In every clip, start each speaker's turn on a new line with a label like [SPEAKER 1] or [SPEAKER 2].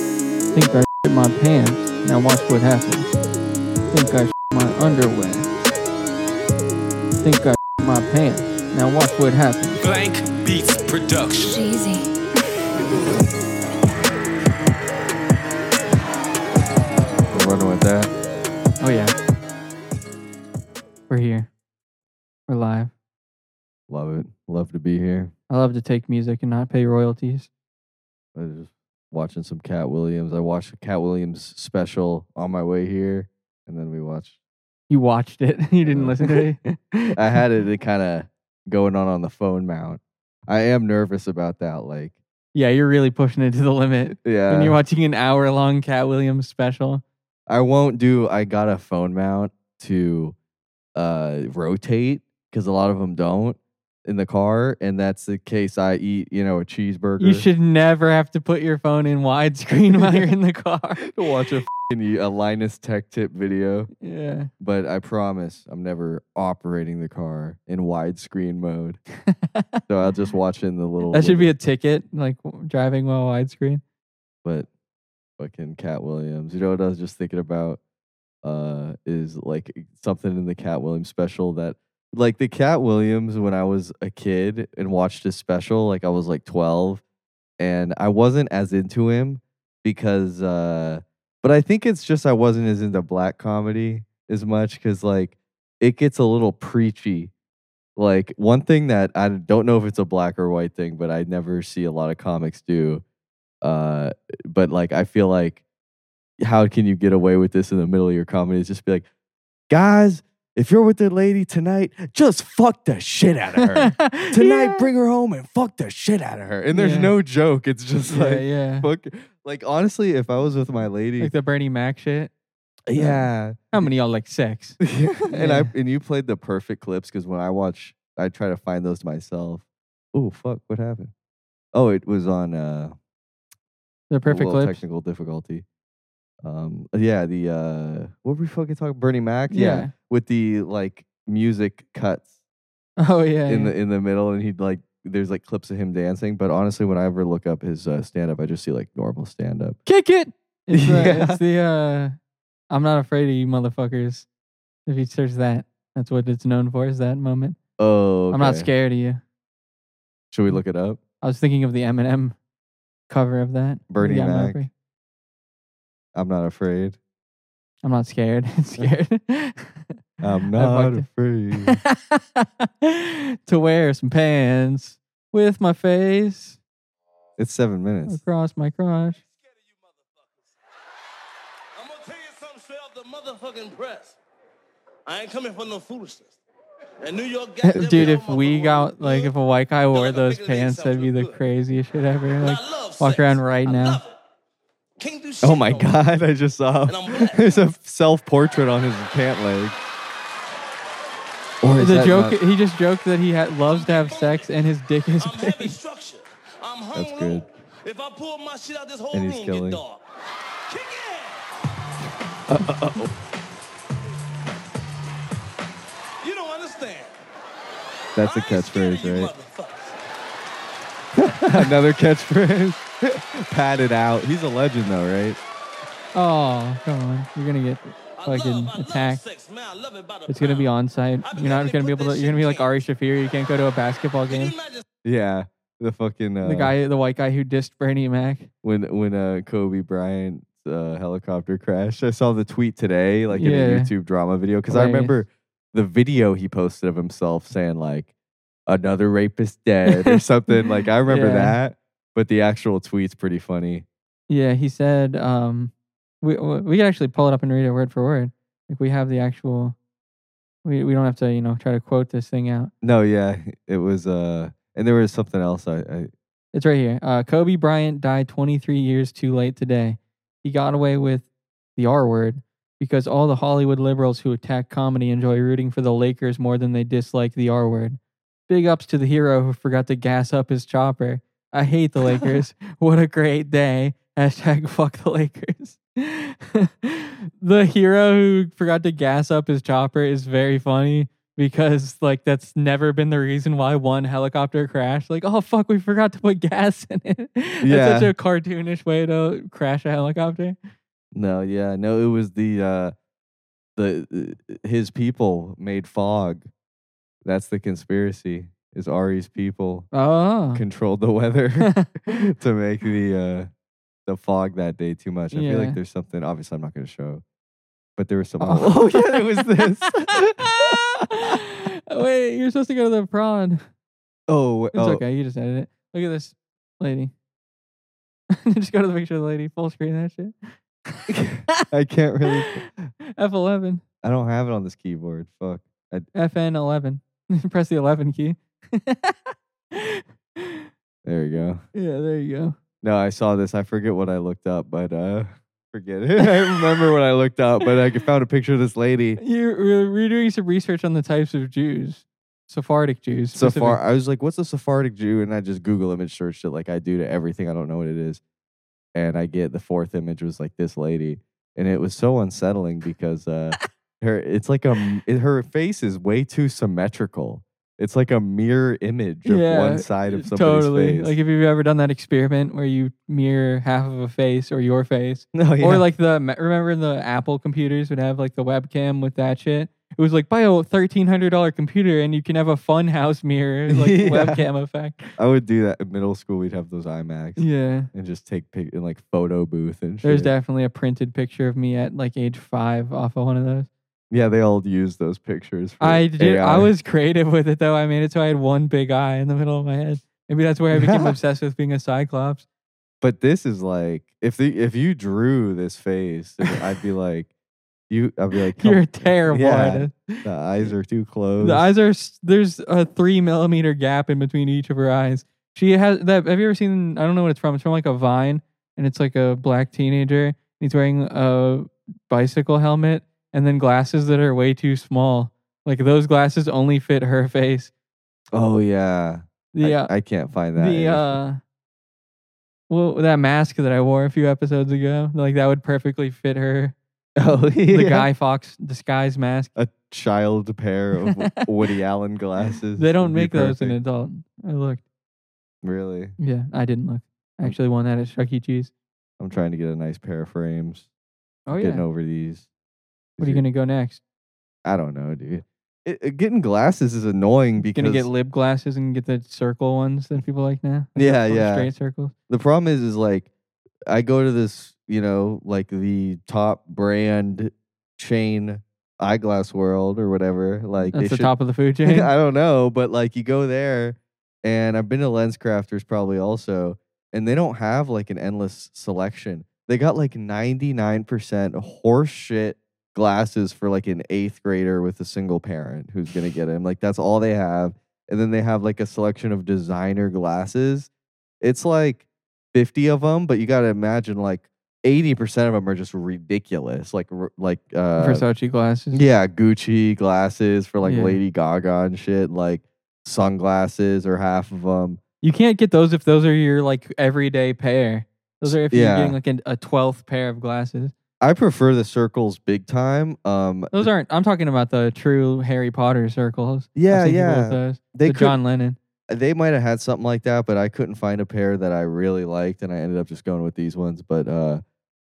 [SPEAKER 1] Think I shit my pants. Now watch what happens. Think I shit my underwear. Think I shit my pants. Now watch what happens.
[SPEAKER 2] Blank Beats Production.
[SPEAKER 3] Jeezy.
[SPEAKER 4] We're running with that.
[SPEAKER 1] Oh yeah. We're here. We're live.
[SPEAKER 4] Love it. Love to be here.
[SPEAKER 1] I love to take music and not pay royalties.
[SPEAKER 4] I was just watching some Cat Williams. I watched a Cat Williams special on my way here, and then we watched.
[SPEAKER 1] You watched it. You didn't
[SPEAKER 4] uh,
[SPEAKER 1] listen to it.
[SPEAKER 4] I had it kind of going on on the phone mount. I am nervous about that. Like,
[SPEAKER 1] Yeah, you're really pushing it to the limit.
[SPEAKER 4] yeah,
[SPEAKER 1] When you're watching an hour long Cat Williams special.
[SPEAKER 4] I won't do. I got a phone mount to uh, rotate because a lot of them don't in the car, and that's the case. I eat, you know, a cheeseburger.
[SPEAKER 1] You should never have to put your phone in widescreen while you're in the car.
[SPEAKER 4] to watch a, fing a Linus Tech Tip video.
[SPEAKER 1] Yeah.
[SPEAKER 4] but I promise I'm never operating the car in widescreen mode. So I'll just watch it in the little.
[SPEAKER 1] That should be a ticket, like w- driving while widescreen.
[SPEAKER 4] But fucking Cat Williams. You know what I was just thinking about? Uh, is like something in the Cat Williams special that, like the Cat Williams when I was a kid and watched his special, like I was like 12, and I wasn't as into him because, uh, but I think it's just I wasn't as into black comedy as much because like it gets a little preachy. Like one thing that I don't know if it's a black or white thing, but I never see a lot of comics do. Uh, but like I feel like how can you get away with this in the middle of your comedy? Is just be like, guys, if you're with the lady tonight, just fuck the shit out of her. Tonight,
[SPEAKER 1] Yeah.
[SPEAKER 4] bring her home and fuck the shit out of her. And there's
[SPEAKER 1] Yeah.
[SPEAKER 4] no joke. It's just
[SPEAKER 1] yeah,
[SPEAKER 4] like
[SPEAKER 1] yeah.
[SPEAKER 4] fuck. Like honestly, if I was with my lady,
[SPEAKER 1] Like the Bernie Mac shit.
[SPEAKER 4] yeah,
[SPEAKER 1] How many of y'all like sex?
[SPEAKER 4] and I
[SPEAKER 1] Yeah.
[SPEAKER 4] and you played the perfect clips because when I watch, I try to find those myself. Oh fuck, what happened? Oh, it was on uh,
[SPEAKER 1] The
[SPEAKER 4] a
[SPEAKER 1] perfect
[SPEAKER 4] little
[SPEAKER 1] clips.
[SPEAKER 4] technical difficulty. Um, yeah, the uh, what were we fucking talking? Bernie Mac, with the like music cuts
[SPEAKER 1] Oh yeah.
[SPEAKER 4] in
[SPEAKER 1] yeah.
[SPEAKER 4] the in the middle, and he'd like there's like clips of him dancing. But honestly, when I ever look up his uh, stand up, I just see like normal stand up.
[SPEAKER 1] kick it. It's,
[SPEAKER 4] Yeah.
[SPEAKER 1] the, it's the uh, I'm not afraid of you motherfuckers. If you search that, that's what it's known for. Is that moment?
[SPEAKER 4] Oh,
[SPEAKER 1] I'm not
[SPEAKER 4] okay.
[SPEAKER 1] scared of you.
[SPEAKER 4] Should we look it up?
[SPEAKER 1] I was thinking of the Eminem cover of that.
[SPEAKER 4] Bernie
[SPEAKER 1] Yeah, I'm not
[SPEAKER 4] Mac.
[SPEAKER 1] afraid.
[SPEAKER 4] I'm not afraid.
[SPEAKER 1] I'm not scared. scared.
[SPEAKER 4] I'm
[SPEAKER 1] I
[SPEAKER 4] not
[SPEAKER 1] fucked it.
[SPEAKER 4] afraid.
[SPEAKER 1] to wear some pants with my face
[SPEAKER 4] it's seven minutes.
[SPEAKER 1] across my crotch.
[SPEAKER 5] I'm gonna tell you something straight off the motherfucking press. I ain't coming for no foolishness. And New York, goddamn
[SPEAKER 1] Dude,
[SPEAKER 5] it,
[SPEAKER 1] if
[SPEAKER 5] all
[SPEAKER 1] we
[SPEAKER 5] motherfucking
[SPEAKER 1] got like if a white guy wore
[SPEAKER 5] like a
[SPEAKER 1] those
[SPEAKER 5] pig in the
[SPEAKER 1] pants,
[SPEAKER 5] sounds
[SPEAKER 1] that'd be the
[SPEAKER 5] good.
[SPEAKER 1] craziest shit ever.
[SPEAKER 5] And
[SPEAKER 1] Like
[SPEAKER 5] I love
[SPEAKER 1] walk
[SPEAKER 5] sex.
[SPEAKER 1] around right
[SPEAKER 5] I
[SPEAKER 1] now.
[SPEAKER 5] love it. Can't do shit
[SPEAKER 4] Oh my
[SPEAKER 5] no more.
[SPEAKER 4] god, I just saw
[SPEAKER 5] And I'm black.
[SPEAKER 4] there's a self portrait on his pant leg. Or is
[SPEAKER 1] The
[SPEAKER 4] that
[SPEAKER 1] joke
[SPEAKER 4] not-
[SPEAKER 1] he just joked that he ha loves to have sex and his dick is
[SPEAKER 5] I'm
[SPEAKER 1] big.
[SPEAKER 5] having structure. I'm hung
[SPEAKER 4] That's good.
[SPEAKER 5] low. If I pull my shit out, this whole
[SPEAKER 4] And he's
[SPEAKER 5] room
[SPEAKER 4] killing.
[SPEAKER 5] get dark. Kick it! You don't understand.
[SPEAKER 4] that's a
[SPEAKER 5] I ain't scared of
[SPEAKER 4] catchphrase,
[SPEAKER 5] you
[SPEAKER 4] right?
[SPEAKER 5] motherfuckers.
[SPEAKER 4] Another catchphrase. Pat it out. He's a legend though, right?
[SPEAKER 1] Oh, come on. You're gonna get
[SPEAKER 5] I love-
[SPEAKER 1] fucking
[SPEAKER 5] I love
[SPEAKER 1] attacked.
[SPEAKER 5] sex, man. I love it by the
[SPEAKER 1] It's gonna be
[SPEAKER 5] pound.
[SPEAKER 1] on site.
[SPEAKER 5] I've been
[SPEAKER 1] You're not
[SPEAKER 5] letting
[SPEAKER 1] gonna
[SPEAKER 5] it
[SPEAKER 1] be
[SPEAKER 5] put
[SPEAKER 1] able to
[SPEAKER 5] that
[SPEAKER 1] you're gonna be
[SPEAKER 5] shit
[SPEAKER 1] like
[SPEAKER 5] in.
[SPEAKER 1] Ari Shafir, you can't go to a basketball
[SPEAKER 5] Can
[SPEAKER 1] game.
[SPEAKER 5] you imagine
[SPEAKER 4] Yeah. The fucking uh,
[SPEAKER 1] The guy the white guy who dissed Bernie Mac.
[SPEAKER 4] when when uh Kobe Bryant's uh, helicopter crashed. I saw the tweet today, like in
[SPEAKER 1] Yeah.
[SPEAKER 4] a YouTube drama video, because I
[SPEAKER 1] Hilarious.
[SPEAKER 4] remember the video he posted of himself saying like another rapist dead or something. Like I remember
[SPEAKER 1] Yeah.
[SPEAKER 4] that, but the actual tweet's pretty funny.
[SPEAKER 1] Yeah, he said um we w- we could actually pull it up and read it word for word. Like we have the actual we, we don't have to, you know, try to quote this thing out.
[SPEAKER 4] No, yeah, it was. uh And there was something else. I, I
[SPEAKER 1] It's right here. Uh, Kobe Bryant died 23 years too late today. He got away with the R word because all the Hollywood liberals who attack comedy enjoy rooting for the Lakers more than they dislike the R word. Big ups to the hero who forgot to gas up his chopper. I hate the Lakers. what a great day. Hashtag fuck the Lakers. the hero who forgot to gas up his chopper is very funny because like that's never been the reason why one helicopter crashed. Like, oh fuck, we forgot to put gas in it. that's
[SPEAKER 4] Yeah.
[SPEAKER 1] such a cartoonish way to crash a helicopter.
[SPEAKER 4] No, yeah, no, it was the uh the uh, his people made fog. That's the conspiracy. Is Ari's people Uh-huh.
[SPEAKER 1] Oh.
[SPEAKER 4] controlled the weather to make the uh the fog that day too much. I feel
[SPEAKER 1] Yeah.
[SPEAKER 4] like there's something obviously I'm not gonna show. But there was some
[SPEAKER 1] Oh.
[SPEAKER 4] oh yeah, it was this.
[SPEAKER 1] Wait, you're supposed to go to the prawn.
[SPEAKER 4] Oh,
[SPEAKER 1] It's okay. You just edit it. Look at this lady. just go to the picture of the lady. Full screen that shit.
[SPEAKER 4] oh, I can't really.
[SPEAKER 1] F11.
[SPEAKER 4] I don't have it on this keyboard. Fuck. I,
[SPEAKER 1] FN11. Press the 11 key. yeah,
[SPEAKER 4] there you go.
[SPEAKER 1] there you go.
[SPEAKER 4] No, I saw this. I forget what I looked up, but uh, forget it. I remember what I looked up, but I found a picture of this lady.
[SPEAKER 1] You're, we're, we're doing some research on the types of Jews, Sephardic Jews.
[SPEAKER 4] So
[SPEAKER 1] specific-
[SPEAKER 4] far, I was like, "What's a Sephardic Jew?" And I just Google image searched it, like I do to everything. I don't know what it is, and I get the fourth image was like this lady, and it was so unsettling because uh, her it's like a m- it, her face is way too symmetrical. It's like a mirror image of
[SPEAKER 1] Yeah,
[SPEAKER 4] one side of somebody's
[SPEAKER 1] Totally.
[SPEAKER 4] face.
[SPEAKER 1] Like if you've ever done that experiment where you mirror half of a face or your face,
[SPEAKER 4] no, yeah.
[SPEAKER 1] Or like the me- remember the Apple computers would have like the webcam with that shit. It was like buy a thirteen hundred dollar computer and you can have a fun house mirror like
[SPEAKER 4] Yeah.
[SPEAKER 1] webcam effect.
[SPEAKER 4] I would do that in middle school. We'd have those IMAX.
[SPEAKER 1] Yeah,
[SPEAKER 4] and just take pic in like photo booth and shit.
[SPEAKER 1] there's definitely a printed picture of me at like age five off of one of those.
[SPEAKER 4] yeah, they all use those pictures. For
[SPEAKER 1] I did. I
[SPEAKER 4] AI.
[SPEAKER 1] was creative with it though. I made it so I had one big eye in the middle of my head. Maybe that's where I became obsessed with being a cyclops.
[SPEAKER 4] but this is like if the if you drew this face, then I'd be like, you. I'd be like, come-
[SPEAKER 1] You're a terrible
[SPEAKER 4] Yeah.
[SPEAKER 1] artist.
[SPEAKER 4] The eyes are too closed.
[SPEAKER 1] The eyes are s- there's a three millimeter gap in between each of her eyes. She has that. Have you ever seen? I don't know what it's from. It's from like a vine, and it's like a black teenager. And he's wearing a bicycle helmet and then glasses that are way too small. Like those glasses only fit her face.
[SPEAKER 4] Oh yeah. I-
[SPEAKER 1] The uh,
[SPEAKER 4] I, can't find that.
[SPEAKER 1] the
[SPEAKER 4] image.
[SPEAKER 1] uh, well, that mask that I wore a few episodes ago, like that would perfectly fit her.
[SPEAKER 4] oh yeah.
[SPEAKER 1] The Guy Fox disguise mask.
[SPEAKER 4] A child pair of Woody Allen glasses.
[SPEAKER 1] They don't
[SPEAKER 4] would be
[SPEAKER 1] make those in
[SPEAKER 4] perfect.
[SPEAKER 1] adult. I looked.
[SPEAKER 4] Really,
[SPEAKER 1] Yeah, I didn't look. I actually won that at Chuck E. Cheese.
[SPEAKER 4] I'm trying to get a nice pair of frames.
[SPEAKER 1] Oh
[SPEAKER 4] Getting over these.
[SPEAKER 1] What are you gonna go next?
[SPEAKER 4] I don't know, dude. It, it- getting glasses is annoying because
[SPEAKER 1] gonna get lib glasses and get the circle ones that people like now. Like the
[SPEAKER 4] Yeah,
[SPEAKER 1] full
[SPEAKER 4] yeah.
[SPEAKER 1] Straight circles.
[SPEAKER 4] the problem is is like I go to this, you know, like the top brand chain eyeglass world or whatever. Like
[SPEAKER 1] That's
[SPEAKER 4] they
[SPEAKER 1] the
[SPEAKER 4] should,
[SPEAKER 1] top of the food chain.
[SPEAKER 4] I uh, don't know, but like you go there and I've been to lens crafters probably also, and they don't have like an endless selection. They got like 99% horse shit glasses for like an eighth grader with a single parent who's gonna get them. Like that's all they have. And then they have like a selection of designer glasses. It's like 50 of them, but you gotta imagine like 80% of them are just ridiculous. Like r- like uh
[SPEAKER 1] Versace glasses.
[SPEAKER 4] yeah, Gucci glasses for like
[SPEAKER 1] Yeah.
[SPEAKER 4] Lady Gaga and shit. Like sunglasses or half of them.
[SPEAKER 1] You can't get those if those are your like everyday pair. Those are if you're
[SPEAKER 4] Yeah.
[SPEAKER 1] getting like an, a twelfth pair of glasses.
[SPEAKER 4] I prefer the circles big time. Um,
[SPEAKER 1] Those aren't. I'm talking about the true Harry Potter circles. I've
[SPEAKER 4] yeah,
[SPEAKER 1] seen people with
[SPEAKER 4] yeah.
[SPEAKER 1] those.
[SPEAKER 4] They
[SPEAKER 1] the
[SPEAKER 4] could,
[SPEAKER 1] John Lennon.
[SPEAKER 4] they might have had something like that, but I couldn't find a pair that I really liked, and I ended up just going with these ones. But uh,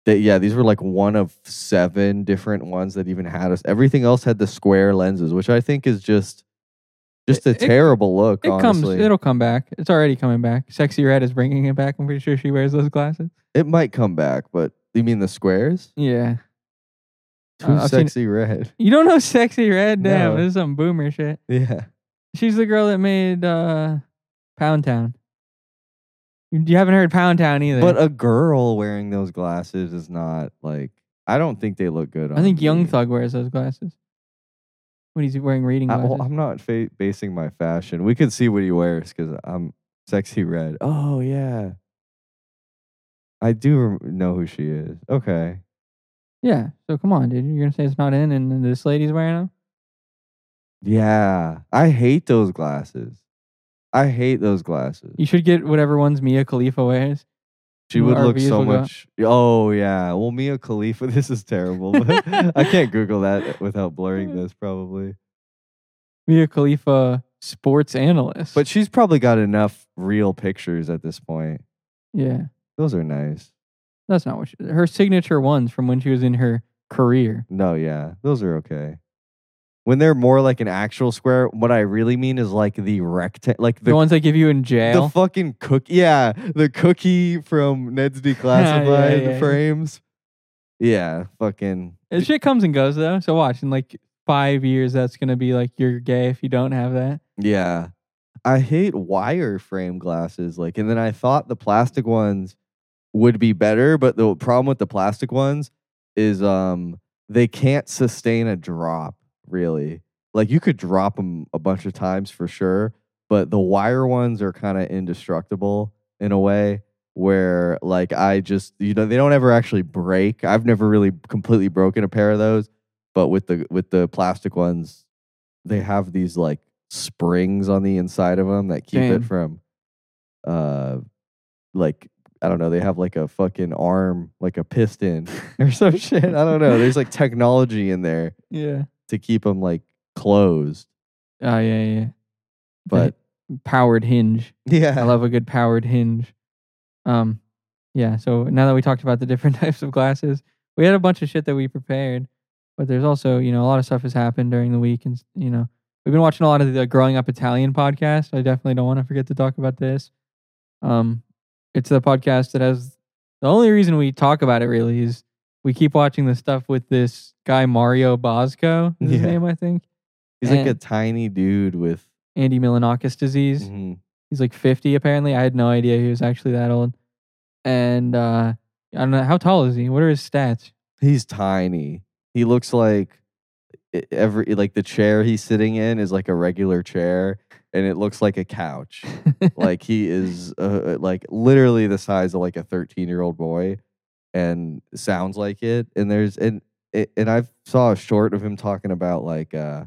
[SPEAKER 4] they, yeah, these were like one of seven different ones that even had us. Everything else had the square lenses, which I think is just just a
[SPEAKER 1] It- it-
[SPEAKER 4] terrible look.
[SPEAKER 1] It
[SPEAKER 4] honestly.
[SPEAKER 1] comes. It'll come back. It's already coming back. Sexy Red is bringing it back. I'm pretty sure she wears those glasses.
[SPEAKER 4] it might come back, but you mean the squares?
[SPEAKER 1] Yeah.
[SPEAKER 4] Too
[SPEAKER 1] Uh, I've seen-
[SPEAKER 4] sexy red.
[SPEAKER 1] You don't know Sexy Red? Damn,
[SPEAKER 4] No.
[SPEAKER 1] this is some boomer shit.
[SPEAKER 4] Yeah.
[SPEAKER 1] She's the girl that made uh, Pound Town. You you haven't heard Pound Town either.
[SPEAKER 4] But a girl wearing those glasses is not like I don't think they look good on
[SPEAKER 1] I think Young
[SPEAKER 4] me.
[SPEAKER 1] Thug wears those glasses. When he's wearing reading
[SPEAKER 4] I,
[SPEAKER 1] glasses.
[SPEAKER 4] am not fa- basing my fashion. We could see what he wears because I'm sexy red. Oh yeah, I do rem- know who she is. Okay,
[SPEAKER 1] yeah. So come on, dude. You're gonna say it's not in, and then this lady's wearing them.
[SPEAKER 4] yeah, I hate those glasses. I hate those glasses.
[SPEAKER 1] You should get whatever ones Mia Khalifa wears.
[SPEAKER 4] She would
[SPEAKER 1] Our
[SPEAKER 4] look
[SPEAKER 1] views
[SPEAKER 4] so
[SPEAKER 1] will go-
[SPEAKER 4] much. Oh yeah. Well, Mia Khalifa. This is terrible. But I can't Google that without blurring this. Probably.
[SPEAKER 1] Mia Khalifa sports analyst.
[SPEAKER 4] But she's probably got enough real pictures at this point.
[SPEAKER 1] yeah,
[SPEAKER 4] Those are nice.
[SPEAKER 1] that's not what she, her signature ones from when she was in her career.
[SPEAKER 4] No, yeah, those are okay. When they're more like an actual square, what I really mean is like the rectangle, like
[SPEAKER 1] The,
[SPEAKER 4] the,
[SPEAKER 1] ones they give you in
[SPEAKER 4] the
[SPEAKER 1] jail.
[SPEAKER 4] fucking cookie. Yeah, the cookie from Ned's Declassified
[SPEAKER 1] Yeah, yeah, yeah.
[SPEAKER 4] frames. Yeah, fucking.
[SPEAKER 1] it shit comes and goes though. So watch in like five years, that's gonna be like you're gay if you don't have that.
[SPEAKER 4] Yeah. I hate wire frame glasses. Like, and then I thought the plastic ones would be better, but the problem with the plastic ones is um they can't sustain a drop, really. Like you could drop them a bunch of times for sure, but the wire ones are kind of indestructible in a way where like I just you know they don't ever actually break. I've never really completely broken a pair of those, but with the with the plastic ones, they have these like springs on the inside of them that keep
[SPEAKER 1] Damn.
[SPEAKER 4] it from uh like I don't know, they have like a fucking arm, like a piston or some shit. I don't know. There's like technology in there
[SPEAKER 1] Yeah.
[SPEAKER 4] to keep them like closed.
[SPEAKER 1] Oh yeah, yeah.
[SPEAKER 4] But
[SPEAKER 1] Powered hinge.
[SPEAKER 4] yeah,
[SPEAKER 1] I love a good powered hinge. Um, yeah. So now that we talked about the different types of glasses, we had a bunch of shit that we prepared, but there's also you know a lot of stuff has happened during the week, and you know we've been watching a lot of the Growing Up Italian podcast. I definitely don't want to forget to talk about this. Um, it's the podcast that has the only reason we talk about it really is we keep watching the stuff with this guy Mario Bosco. Is his
[SPEAKER 4] Yeah.
[SPEAKER 1] name I think
[SPEAKER 4] he's like a
[SPEAKER 1] and-
[SPEAKER 4] tiny dude with.
[SPEAKER 1] Andy Milanakis disease.
[SPEAKER 4] Mhm.
[SPEAKER 1] He's like 50 apparently. I had no idea he was actually that old. And uh I don't know how tall is he? What are his stats?
[SPEAKER 4] He's tiny. He looks like e- every like the chair he's sitting in is like a regular chair, and it looks like a couch. like he is uh, like literally the size of like a 13 year old boy and sounds like it and there's and it- and i saw a short of him talking about like uh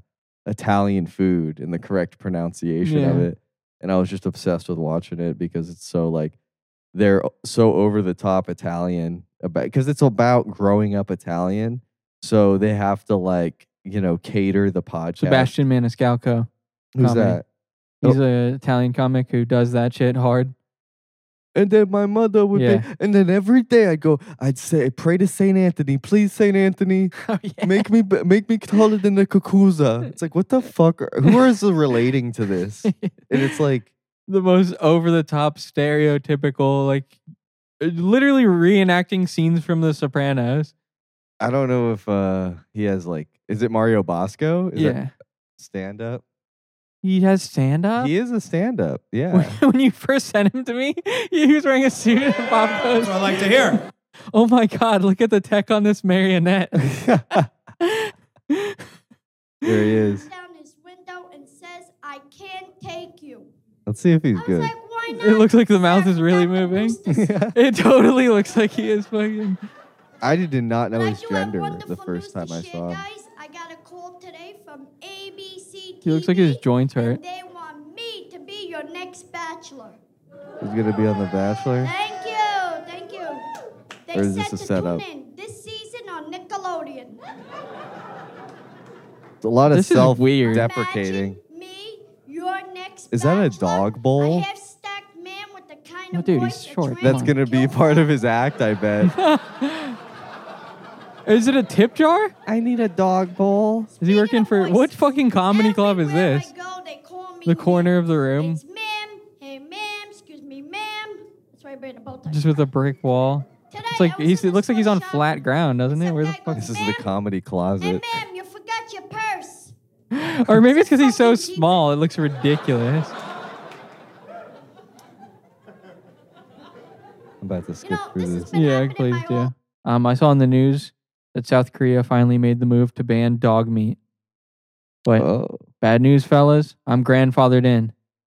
[SPEAKER 4] italian food and the correct pronunciation of
[SPEAKER 1] Yeah.
[SPEAKER 4] it and i was just obsessed with watching it because it's so like they're so over the top italian about because it's about growing up italian so they have to like you know cater the podcast
[SPEAKER 1] Sebastian Maniscalco.
[SPEAKER 4] who's
[SPEAKER 1] comedy.
[SPEAKER 4] that
[SPEAKER 1] He's
[SPEAKER 4] Oh.
[SPEAKER 1] an Italian comic who does that shit hard.
[SPEAKER 4] And then my mother would
[SPEAKER 1] Yeah.
[SPEAKER 4] be, and then every day I'd go, I'd say, pray to Saint Anthony, please Saint Anthony,
[SPEAKER 1] oh, yeah.
[SPEAKER 4] make me, be- make me taller than the Kukuza. It's like, what the fuck? Are, who is relating to this? And it's like,
[SPEAKER 1] the most over the top stereotypical like uh, literally reenacting scenes from the Sopranos.
[SPEAKER 4] I don't know if uh he has like, is it Mario Bosco? Is
[SPEAKER 1] yeah.
[SPEAKER 4] stand up.
[SPEAKER 1] He has stand up.
[SPEAKER 4] He is a stand up.
[SPEAKER 1] when,
[SPEAKER 4] Yeah.
[SPEAKER 1] when you first sent him to me, he was wearing a suit and a pop That's what I like to hear. Oh my God, look at the tech on this marionette.
[SPEAKER 4] there he is.
[SPEAKER 3] down his window and says, I can't take you.
[SPEAKER 4] Let's see if he's
[SPEAKER 3] I was
[SPEAKER 4] good.
[SPEAKER 3] like, why not?
[SPEAKER 1] It looks like the mouth
[SPEAKER 3] Sir,
[SPEAKER 1] is really
[SPEAKER 3] I'm the
[SPEAKER 1] moving.
[SPEAKER 3] hostess."
[SPEAKER 1] It totally looks like he is fucking.
[SPEAKER 4] I did not know
[SPEAKER 3] But I
[SPEAKER 4] his
[SPEAKER 3] do have
[SPEAKER 4] gender the
[SPEAKER 3] wonderful
[SPEAKER 4] first
[SPEAKER 3] news
[SPEAKER 4] time
[SPEAKER 3] to
[SPEAKER 4] I
[SPEAKER 3] share,
[SPEAKER 4] saw him.
[SPEAKER 3] Guys, I got a call today from ABC
[SPEAKER 1] He looks like his
[SPEAKER 3] TV,
[SPEAKER 1] joints
[SPEAKER 3] E, and
[SPEAKER 1] hurt.
[SPEAKER 3] They want me to be your next bachelor.
[SPEAKER 4] He's gonna be on The Bachelor.
[SPEAKER 3] Thank you, thank you. They
[SPEAKER 4] Or is
[SPEAKER 3] said
[SPEAKER 4] this
[SPEAKER 3] to
[SPEAKER 4] a setup?
[SPEAKER 3] tune in this season on Nickelodeon.
[SPEAKER 4] It's a lot of
[SPEAKER 1] This is
[SPEAKER 4] self
[SPEAKER 1] weird.
[SPEAKER 4] deprecating.
[SPEAKER 3] Imagine me, your next
[SPEAKER 4] Is that a
[SPEAKER 3] bachelor,
[SPEAKER 4] dog bowl?
[SPEAKER 3] A half-stacked man with the kind
[SPEAKER 1] Oh,
[SPEAKER 3] of
[SPEAKER 1] dude, he's
[SPEAKER 3] voice a
[SPEAKER 1] short.
[SPEAKER 3] trans
[SPEAKER 4] That's
[SPEAKER 1] on.
[SPEAKER 4] gonna be
[SPEAKER 3] kills
[SPEAKER 4] part of his act, I bet.
[SPEAKER 1] Is it a tip jar?
[SPEAKER 4] I need a dog bowl.
[SPEAKER 1] Is he
[SPEAKER 3] Speaking
[SPEAKER 1] working
[SPEAKER 3] of
[SPEAKER 1] for.
[SPEAKER 3] voices,
[SPEAKER 1] What fucking comedy club is
[SPEAKER 3] everywhere I
[SPEAKER 1] this?
[SPEAKER 3] go, they call me
[SPEAKER 1] The corner
[SPEAKER 3] ma'am.
[SPEAKER 1] of the room,
[SPEAKER 3] It's ma'am, hey ma'am, excuse me, ma'am. That's why I bring a bow tie.
[SPEAKER 1] just with a brick wall.
[SPEAKER 3] Today,
[SPEAKER 1] It's like
[SPEAKER 3] I was
[SPEAKER 1] he's,
[SPEAKER 3] in
[SPEAKER 1] it
[SPEAKER 3] the
[SPEAKER 1] looks like he's on
[SPEAKER 3] sweatshop.
[SPEAKER 1] flat ground, doesn't it? Where the fuck?
[SPEAKER 4] This is the comedy
[SPEAKER 3] Hey
[SPEAKER 4] closet.
[SPEAKER 3] ma'am, you forgot your purse.
[SPEAKER 1] Or maybe it's because he's so
[SPEAKER 3] Fucking Jesus.
[SPEAKER 1] small. It looks ridiculous.
[SPEAKER 4] I'm about to
[SPEAKER 3] You
[SPEAKER 4] skip
[SPEAKER 3] know,
[SPEAKER 4] through
[SPEAKER 3] this has
[SPEAKER 4] this.
[SPEAKER 3] been
[SPEAKER 1] Yeah,
[SPEAKER 3] happening
[SPEAKER 1] please
[SPEAKER 3] my
[SPEAKER 1] do.
[SPEAKER 3] whole-
[SPEAKER 1] Um, I saw in the news that South Korea finally made the move to ban dog meat. But
[SPEAKER 4] Oh,
[SPEAKER 1] bad news, fellas, I'm grandfathered in.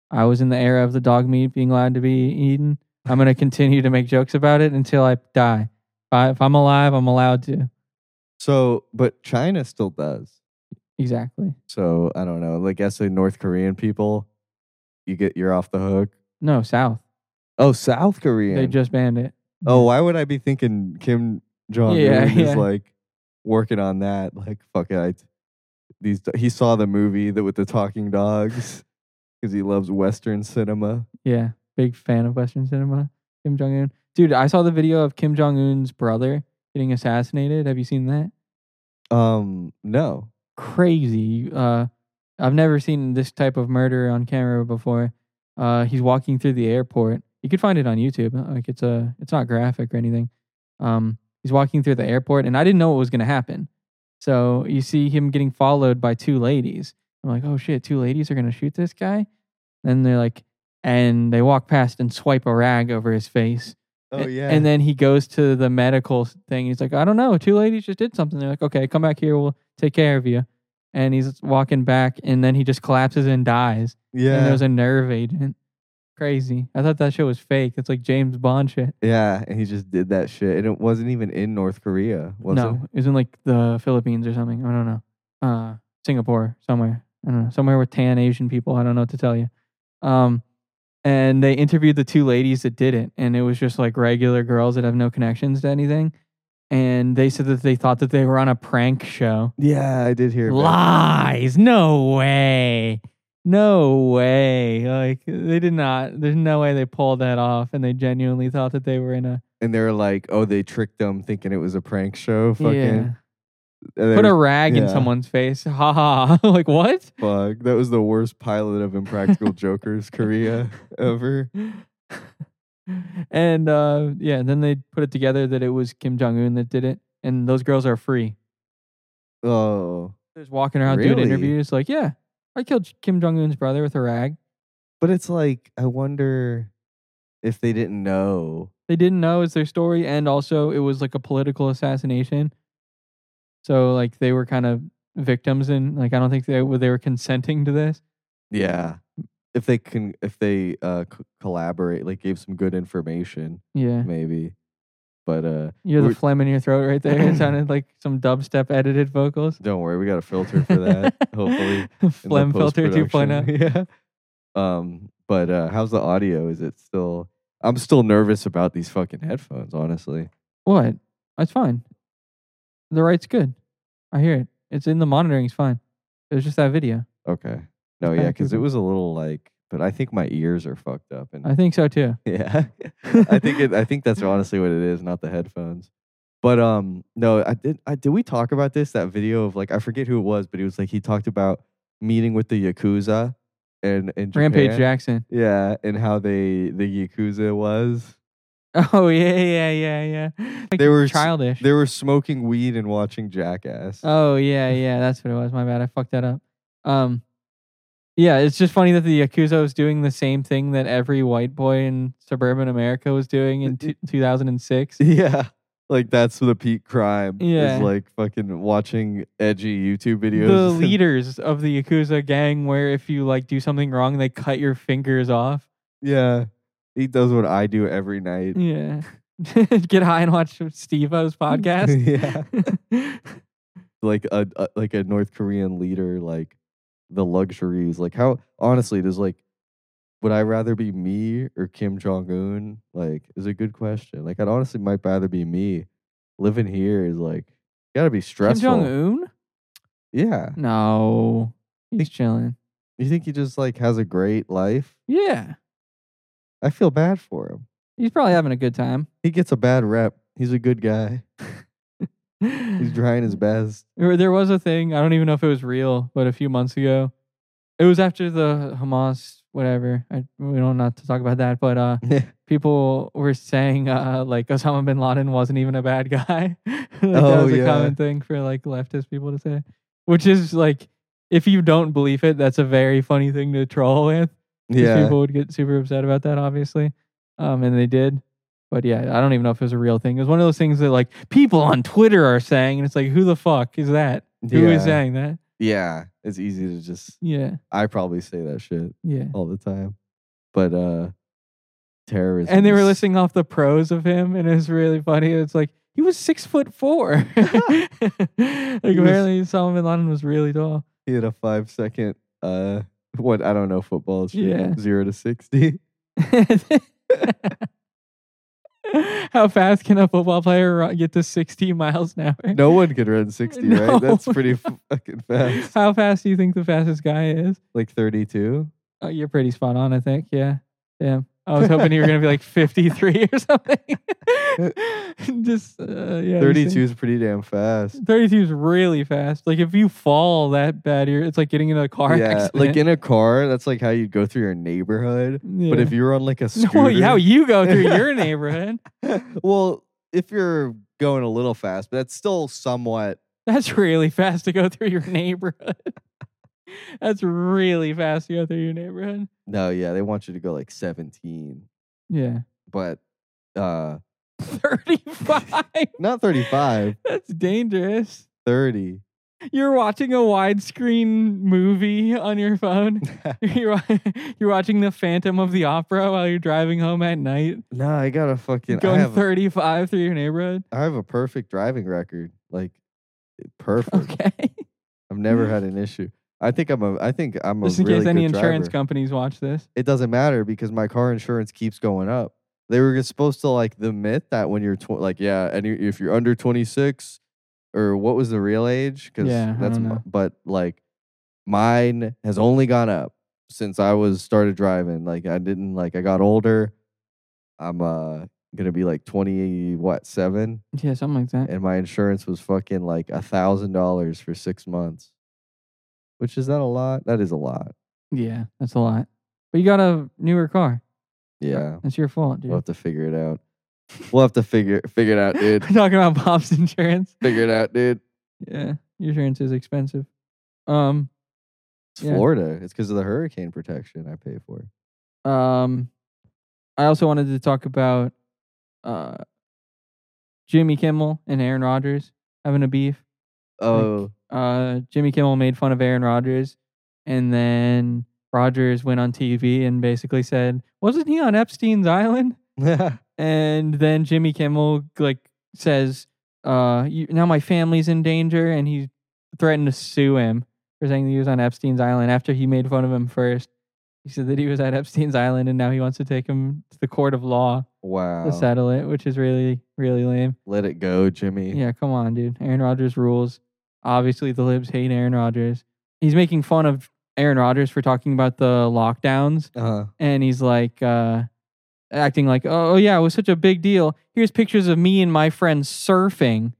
[SPEAKER 1] I was in the era of the dog meat being allowed to be eaten. I'm going to continue to make jokes about it until I die. If, I, if I'm alive, I'm allowed to.
[SPEAKER 4] so but China still does.
[SPEAKER 1] Exactly.
[SPEAKER 4] So I don't know. Like, I guess the North Korean people, you get you're off the hook.
[SPEAKER 1] No, South.
[SPEAKER 4] Oh, South Korean.
[SPEAKER 1] They just banned it.
[SPEAKER 4] oh, why would I be thinking Kim Jong Un
[SPEAKER 1] Yeah,
[SPEAKER 4] is
[SPEAKER 1] yeah.
[SPEAKER 4] like working on that? Like, fuck it. I, these do- he saw the movie that with the talking dogs because he loves Western cinema.
[SPEAKER 1] Yeah, big fan of Western cinema. Kim Jong Un, dude. I saw the video of Kim Jong Un's brother getting assassinated. Have you seen that?
[SPEAKER 4] Um, no,
[SPEAKER 1] Crazy. Uh, I've never seen this type of murder on camera before. Uh, he's walking through the airport. You could find it on YouTube. Like it's a, it's not graphic or anything. Um, he's walking through the airport, and I didn't know what was gonna happen. So you see him getting followed by two ladies. I'm like, oh shit, two ladies are gonna shoot this guy. Then they're like, and they walk past and swipe a rag over his face.
[SPEAKER 4] oh
[SPEAKER 1] A-
[SPEAKER 4] yeah,
[SPEAKER 1] And then he goes to the medical s- thing. He's like, I don't know. Two ladies just did something. They're like, okay, come back here. We'll take care of you. And he's walking back, and then he just collapses and dies. And
[SPEAKER 4] yeah,
[SPEAKER 1] there was a nerve agent. Crazy. I thought that shit was fake. It's like James Bond shit.
[SPEAKER 4] yeah, and he just did that shit, and it wasn't even in North Korea, was
[SPEAKER 1] no,
[SPEAKER 4] it?
[SPEAKER 1] it was in like the Philippines or something. I don't know. Uh, Singapore, somewhere. I don't know. Somewhere with tan Asian people. I don't know what to tell you. Um, and they interviewed the two ladies that did it, and it was just like regular girls that have no connections to anything. And they said that they thought that they were on a prank show.
[SPEAKER 4] Yeah, I did hear. about it.
[SPEAKER 1] Lies. No way. No way. Like they did not. There's no way they pulled that off, and they genuinely thought that they were in a
[SPEAKER 4] and they're like, oh, they tricked them thinking it was a prank show. Fucking
[SPEAKER 1] yeah.
[SPEAKER 4] And
[SPEAKER 1] Put
[SPEAKER 4] they
[SPEAKER 1] a
[SPEAKER 4] were
[SPEAKER 1] rag in
[SPEAKER 4] yeah.
[SPEAKER 1] someone's face. Ha ha. ha. like what?
[SPEAKER 4] fucked. That was the worst pilot of Impractical Jokers Korea ever.
[SPEAKER 1] and uh, yeah, then they put it together that it was Kim Jong Un that did it, and those girls are free.
[SPEAKER 4] Oh,
[SPEAKER 1] They're just walking around doing
[SPEAKER 4] Really?
[SPEAKER 1] interviews, like, yeah, I killed Kim Jong Un's brother with a rag.
[SPEAKER 4] but it's like I wonder if they didn't know.
[SPEAKER 1] They didn't know it's their story, and also it was like a political assassination. So like they were kind of victims, and like I don't think they were they were consenting to this.
[SPEAKER 4] Yeah, if they can, if they uh c- collaborate, like gave some good information,
[SPEAKER 1] Yeah,
[SPEAKER 4] maybe. But uh,
[SPEAKER 1] you're
[SPEAKER 4] We're-
[SPEAKER 1] the phlegm in your throat right there. It sounded like some dubstep edited vocals.
[SPEAKER 4] don't worry, we got a filter for that. hopefully, in the
[SPEAKER 1] phlegm filter oh. 2.0.
[SPEAKER 4] post-production. yeah. Um, but uh, how's the audio? Is it still? I'm still nervous about these fucking headphones. Honestly,
[SPEAKER 1] What? It's fine. The right's good. I hear it. It's in the monitoring's fine. It was just that video.
[SPEAKER 4] okay. No,
[SPEAKER 1] kinda
[SPEAKER 4] yeah, because it
[SPEAKER 1] creepy.
[SPEAKER 4] was a little like. But I think my ears are fucked up, and
[SPEAKER 1] I think so too.
[SPEAKER 4] Yeah. I think it, I think that's honestly what it is, not the headphones. But um no, I did I did we talk about this that video of like I forget who it was, but he was like he talked about meeting with the yakuza and in Japan.
[SPEAKER 1] Rampage Jackson.
[SPEAKER 4] Yeah, and how they the yakuza was.
[SPEAKER 1] Oh yeah, yeah, yeah, yeah. Like
[SPEAKER 4] They were s-
[SPEAKER 1] childish.
[SPEAKER 4] They were smoking weed and watching Jackass.
[SPEAKER 1] oh yeah, yeah. That's what it was. My bad. I fucked that up. Um, yeah. It's just funny that the yakuza was doing the same thing that every white boy in suburban America was doing in t- 2006.
[SPEAKER 4] yeah. Like that's the peak crime.
[SPEAKER 1] Yeah.
[SPEAKER 4] Is like fucking watching edgy YouTube videos.
[SPEAKER 1] The
[SPEAKER 4] and-
[SPEAKER 1] leaders of the yakuza gang, where if you like do something wrong, they cut your fingers off.
[SPEAKER 4] Yeah. He does what I do every night.
[SPEAKER 1] Yeah. Get high and watch Steve O's podcast.
[SPEAKER 4] yeah. like a, a like a North Korean leader, like the luxuries. Like how honestly, there's like, would I rather be me or Kim Jong Un? Like, is a good question. Like, I'd honestly might rather be me. Living here is like gotta be
[SPEAKER 1] Kim
[SPEAKER 4] stressful.
[SPEAKER 1] Jong Un?
[SPEAKER 4] Yeah,
[SPEAKER 1] No. He's chilling.
[SPEAKER 4] you think he just like has a great life?
[SPEAKER 1] Yeah.
[SPEAKER 4] I feel bad for him.
[SPEAKER 1] He's probably having a good time.
[SPEAKER 4] He gets a bad rep. He's a good guy. He's trying his best.
[SPEAKER 1] There there was a thing, I don't even know if it was real, but a few months ago, it was after the Hamas, whatever. I, we don't not to talk about that, but uh, people were saying uh, like Osama bin Laden wasn't even a bad guy. like, that
[SPEAKER 4] Oh,
[SPEAKER 1] was a
[SPEAKER 4] yeah.
[SPEAKER 1] common thing for like leftist people to say, which is like if you don't believe it, that's a very funny thing to troll with. 'cause
[SPEAKER 4] yeah,
[SPEAKER 1] people would get super upset about that, obviously, um, and they did. But yeah, I don't even know if it was a real thing. It was one of those things that like people on Twitter are saying, and it's like, who the fuck is that? Who is
[SPEAKER 4] Yeah.
[SPEAKER 1] saying that?
[SPEAKER 4] yeah. It's easy to just.
[SPEAKER 1] Yeah,
[SPEAKER 4] I probably say that shit.
[SPEAKER 1] yeah.
[SPEAKER 4] all the time. But uh terrorism
[SPEAKER 1] and they were
[SPEAKER 4] is-
[SPEAKER 1] listing off the pros of him, and it was really funny. It's like he was six foot four. like apparently, Osama bin Laden was really tall.
[SPEAKER 4] he had a five second uh what I don't know football it's
[SPEAKER 1] Yeah.
[SPEAKER 4] zero to sixty.
[SPEAKER 1] How fast can a football player ru- get to 60 miles an hour?
[SPEAKER 4] No one could run 60,
[SPEAKER 1] No.
[SPEAKER 4] right? That's pretty fucking fast.
[SPEAKER 1] How fast do you think the fastest guy is?
[SPEAKER 4] Like 32?
[SPEAKER 1] Oh, you're pretty spot on, I think. Yeah. Damn. I was hoping you were going to be like 53 or something. just, uh, yeah. just
[SPEAKER 4] 32
[SPEAKER 1] think-
[SPEAKER 4] is pretty damn fast.
[SPEAKER 1] 32 is really fast. Like, if you fall that bad, you're, it's like getting in a car
[SPEAKER 4] yeah,
[SPEAKER 1] accident.
[SPEAKER 4] like in a car, that's like how you'd go through your neighborhood. But if you're on like a
[SPEAKER 1] No,
[SPEAKER 4] scooter,
[SPEAKER 1] how you go through your neighborhood.
[SPEAKER 4] well, if you're going a little fast, but that's still somewhat.
[SPEAKER 1] That's really fast to go through your neighborhood. That's really fast to go through your neighborhood.
[SPEAKER 4] No, yeah, they want you to go like 17,
[SPEAKER 1] Yeah.
[SPEAKER 4] but uh
[SPEAKER 1] 35.
[SPEAKER 4] not 35,
[SPEAKER 1] That's dangerous.
[SPEAKER 4] 30.
[SPEAKER 1] You're watching a widescreen movie on your phone. you're, wa- you're watching The Phantom of the Opera while you're driving home at night,
[SPEAKER 4] No, I got to fucking. I
[SPEAKER 1] going
[SPEAKER 4] have,
[SPEAKER 1] 35 through your neighborhood.
[SPEAKER 4] I have a perfect driving record. Like, perfect.
[SPEAKER 1] Okay.
[SPEAKER 4] I've never had an issue. I think I'm a. I think I'm a.
[SPEAKER 1] Just in
[SPEAKER 4] really
[SPEAKER 1] case any
[SPEAKER 4] good
[SPEAKER 1] insurance
[SPEAKER 4] driver.
[SPEAKER 1] companies watch this.
[SPEAKER 4] it doesn't matter because my car insurance keeps going up. They were just supposed to like the myth that when you're tw- like yeah, and you- if you're under 26 or what was the real age? Because
[SPEAKER 1] Yeah, I
[SPEAKER 4] that's
[SPEAKER 1] don't
[SPEAKER 4] m-
[SPEAKER 1] know.
[SPEAKER 4] but like mine has only gone up since I was started driving. Like I didn't like I got older. I'm uh gonna be like 20 what seven,
[SPEAKER 1] Yeah, something like that.
[SPEAKER 4] and my insurance was fucking like a thousand dollars for six months. Which is that a lot? That is a lot.
[SPEAKER 1] Yeah, that's a lot. But you got a newer car.
[SPEAKER 4] Yeah.
[SPEAKER 1] That's your fault, dude.
[SPEAKER 4] We'll have to figure it out. We'll have to figure figure it out, dude.
[SPEAKER 1] We're talking about Bob's insurance.
[SPEAKER 4] Figure it out, dude.
[SPEAKER 1] Yeah, your insurance is expensive. Um,
[SPEAKER 4] It's
[SPEAKER 1] Yeah.
[SPEAKER 4] Florida. It's because of the hurricane protection I pay for.
[SPEAKER 1] um, I also wanted to talk about uh, Jimmy Kimmel and Aaron Rodgers having a beef.
[SPEAKER 4] Oh,
[SPEAKER 1] Uh, Jimmy Kimmel made fun of Aaron Rodgers, and then Rodgers went on TV and basically said, "Wasn't he on Epstein's island?" and then Jimmy Kimmel like says, "Uh, you, now my family's in danger," and he threatened to sue him for saying that he was on Epstein's island after he made fun of him first. He said that he was at Epstein's island, and now he wants to take him to the court of law
[SPEAKER 4] wow.
[SPEAKER 1] to settle it, which is really, really lame.
[SPEAKER 4] Let it go, Jimmy.
[SPEAKER 1] Yeah, come on, dude. Aaron Rodgers rules. Obviously, the libs hate Aaron Rodgers. He's making fun of Aaron Rodgers for talking about the lockdowns
[SPEAKER 4] Uh-huh.
[SPEAKER 1] and he's like uh, acting like, oh, oh, yeah, it was such a big deal. Here's pictures of me and my friends surfing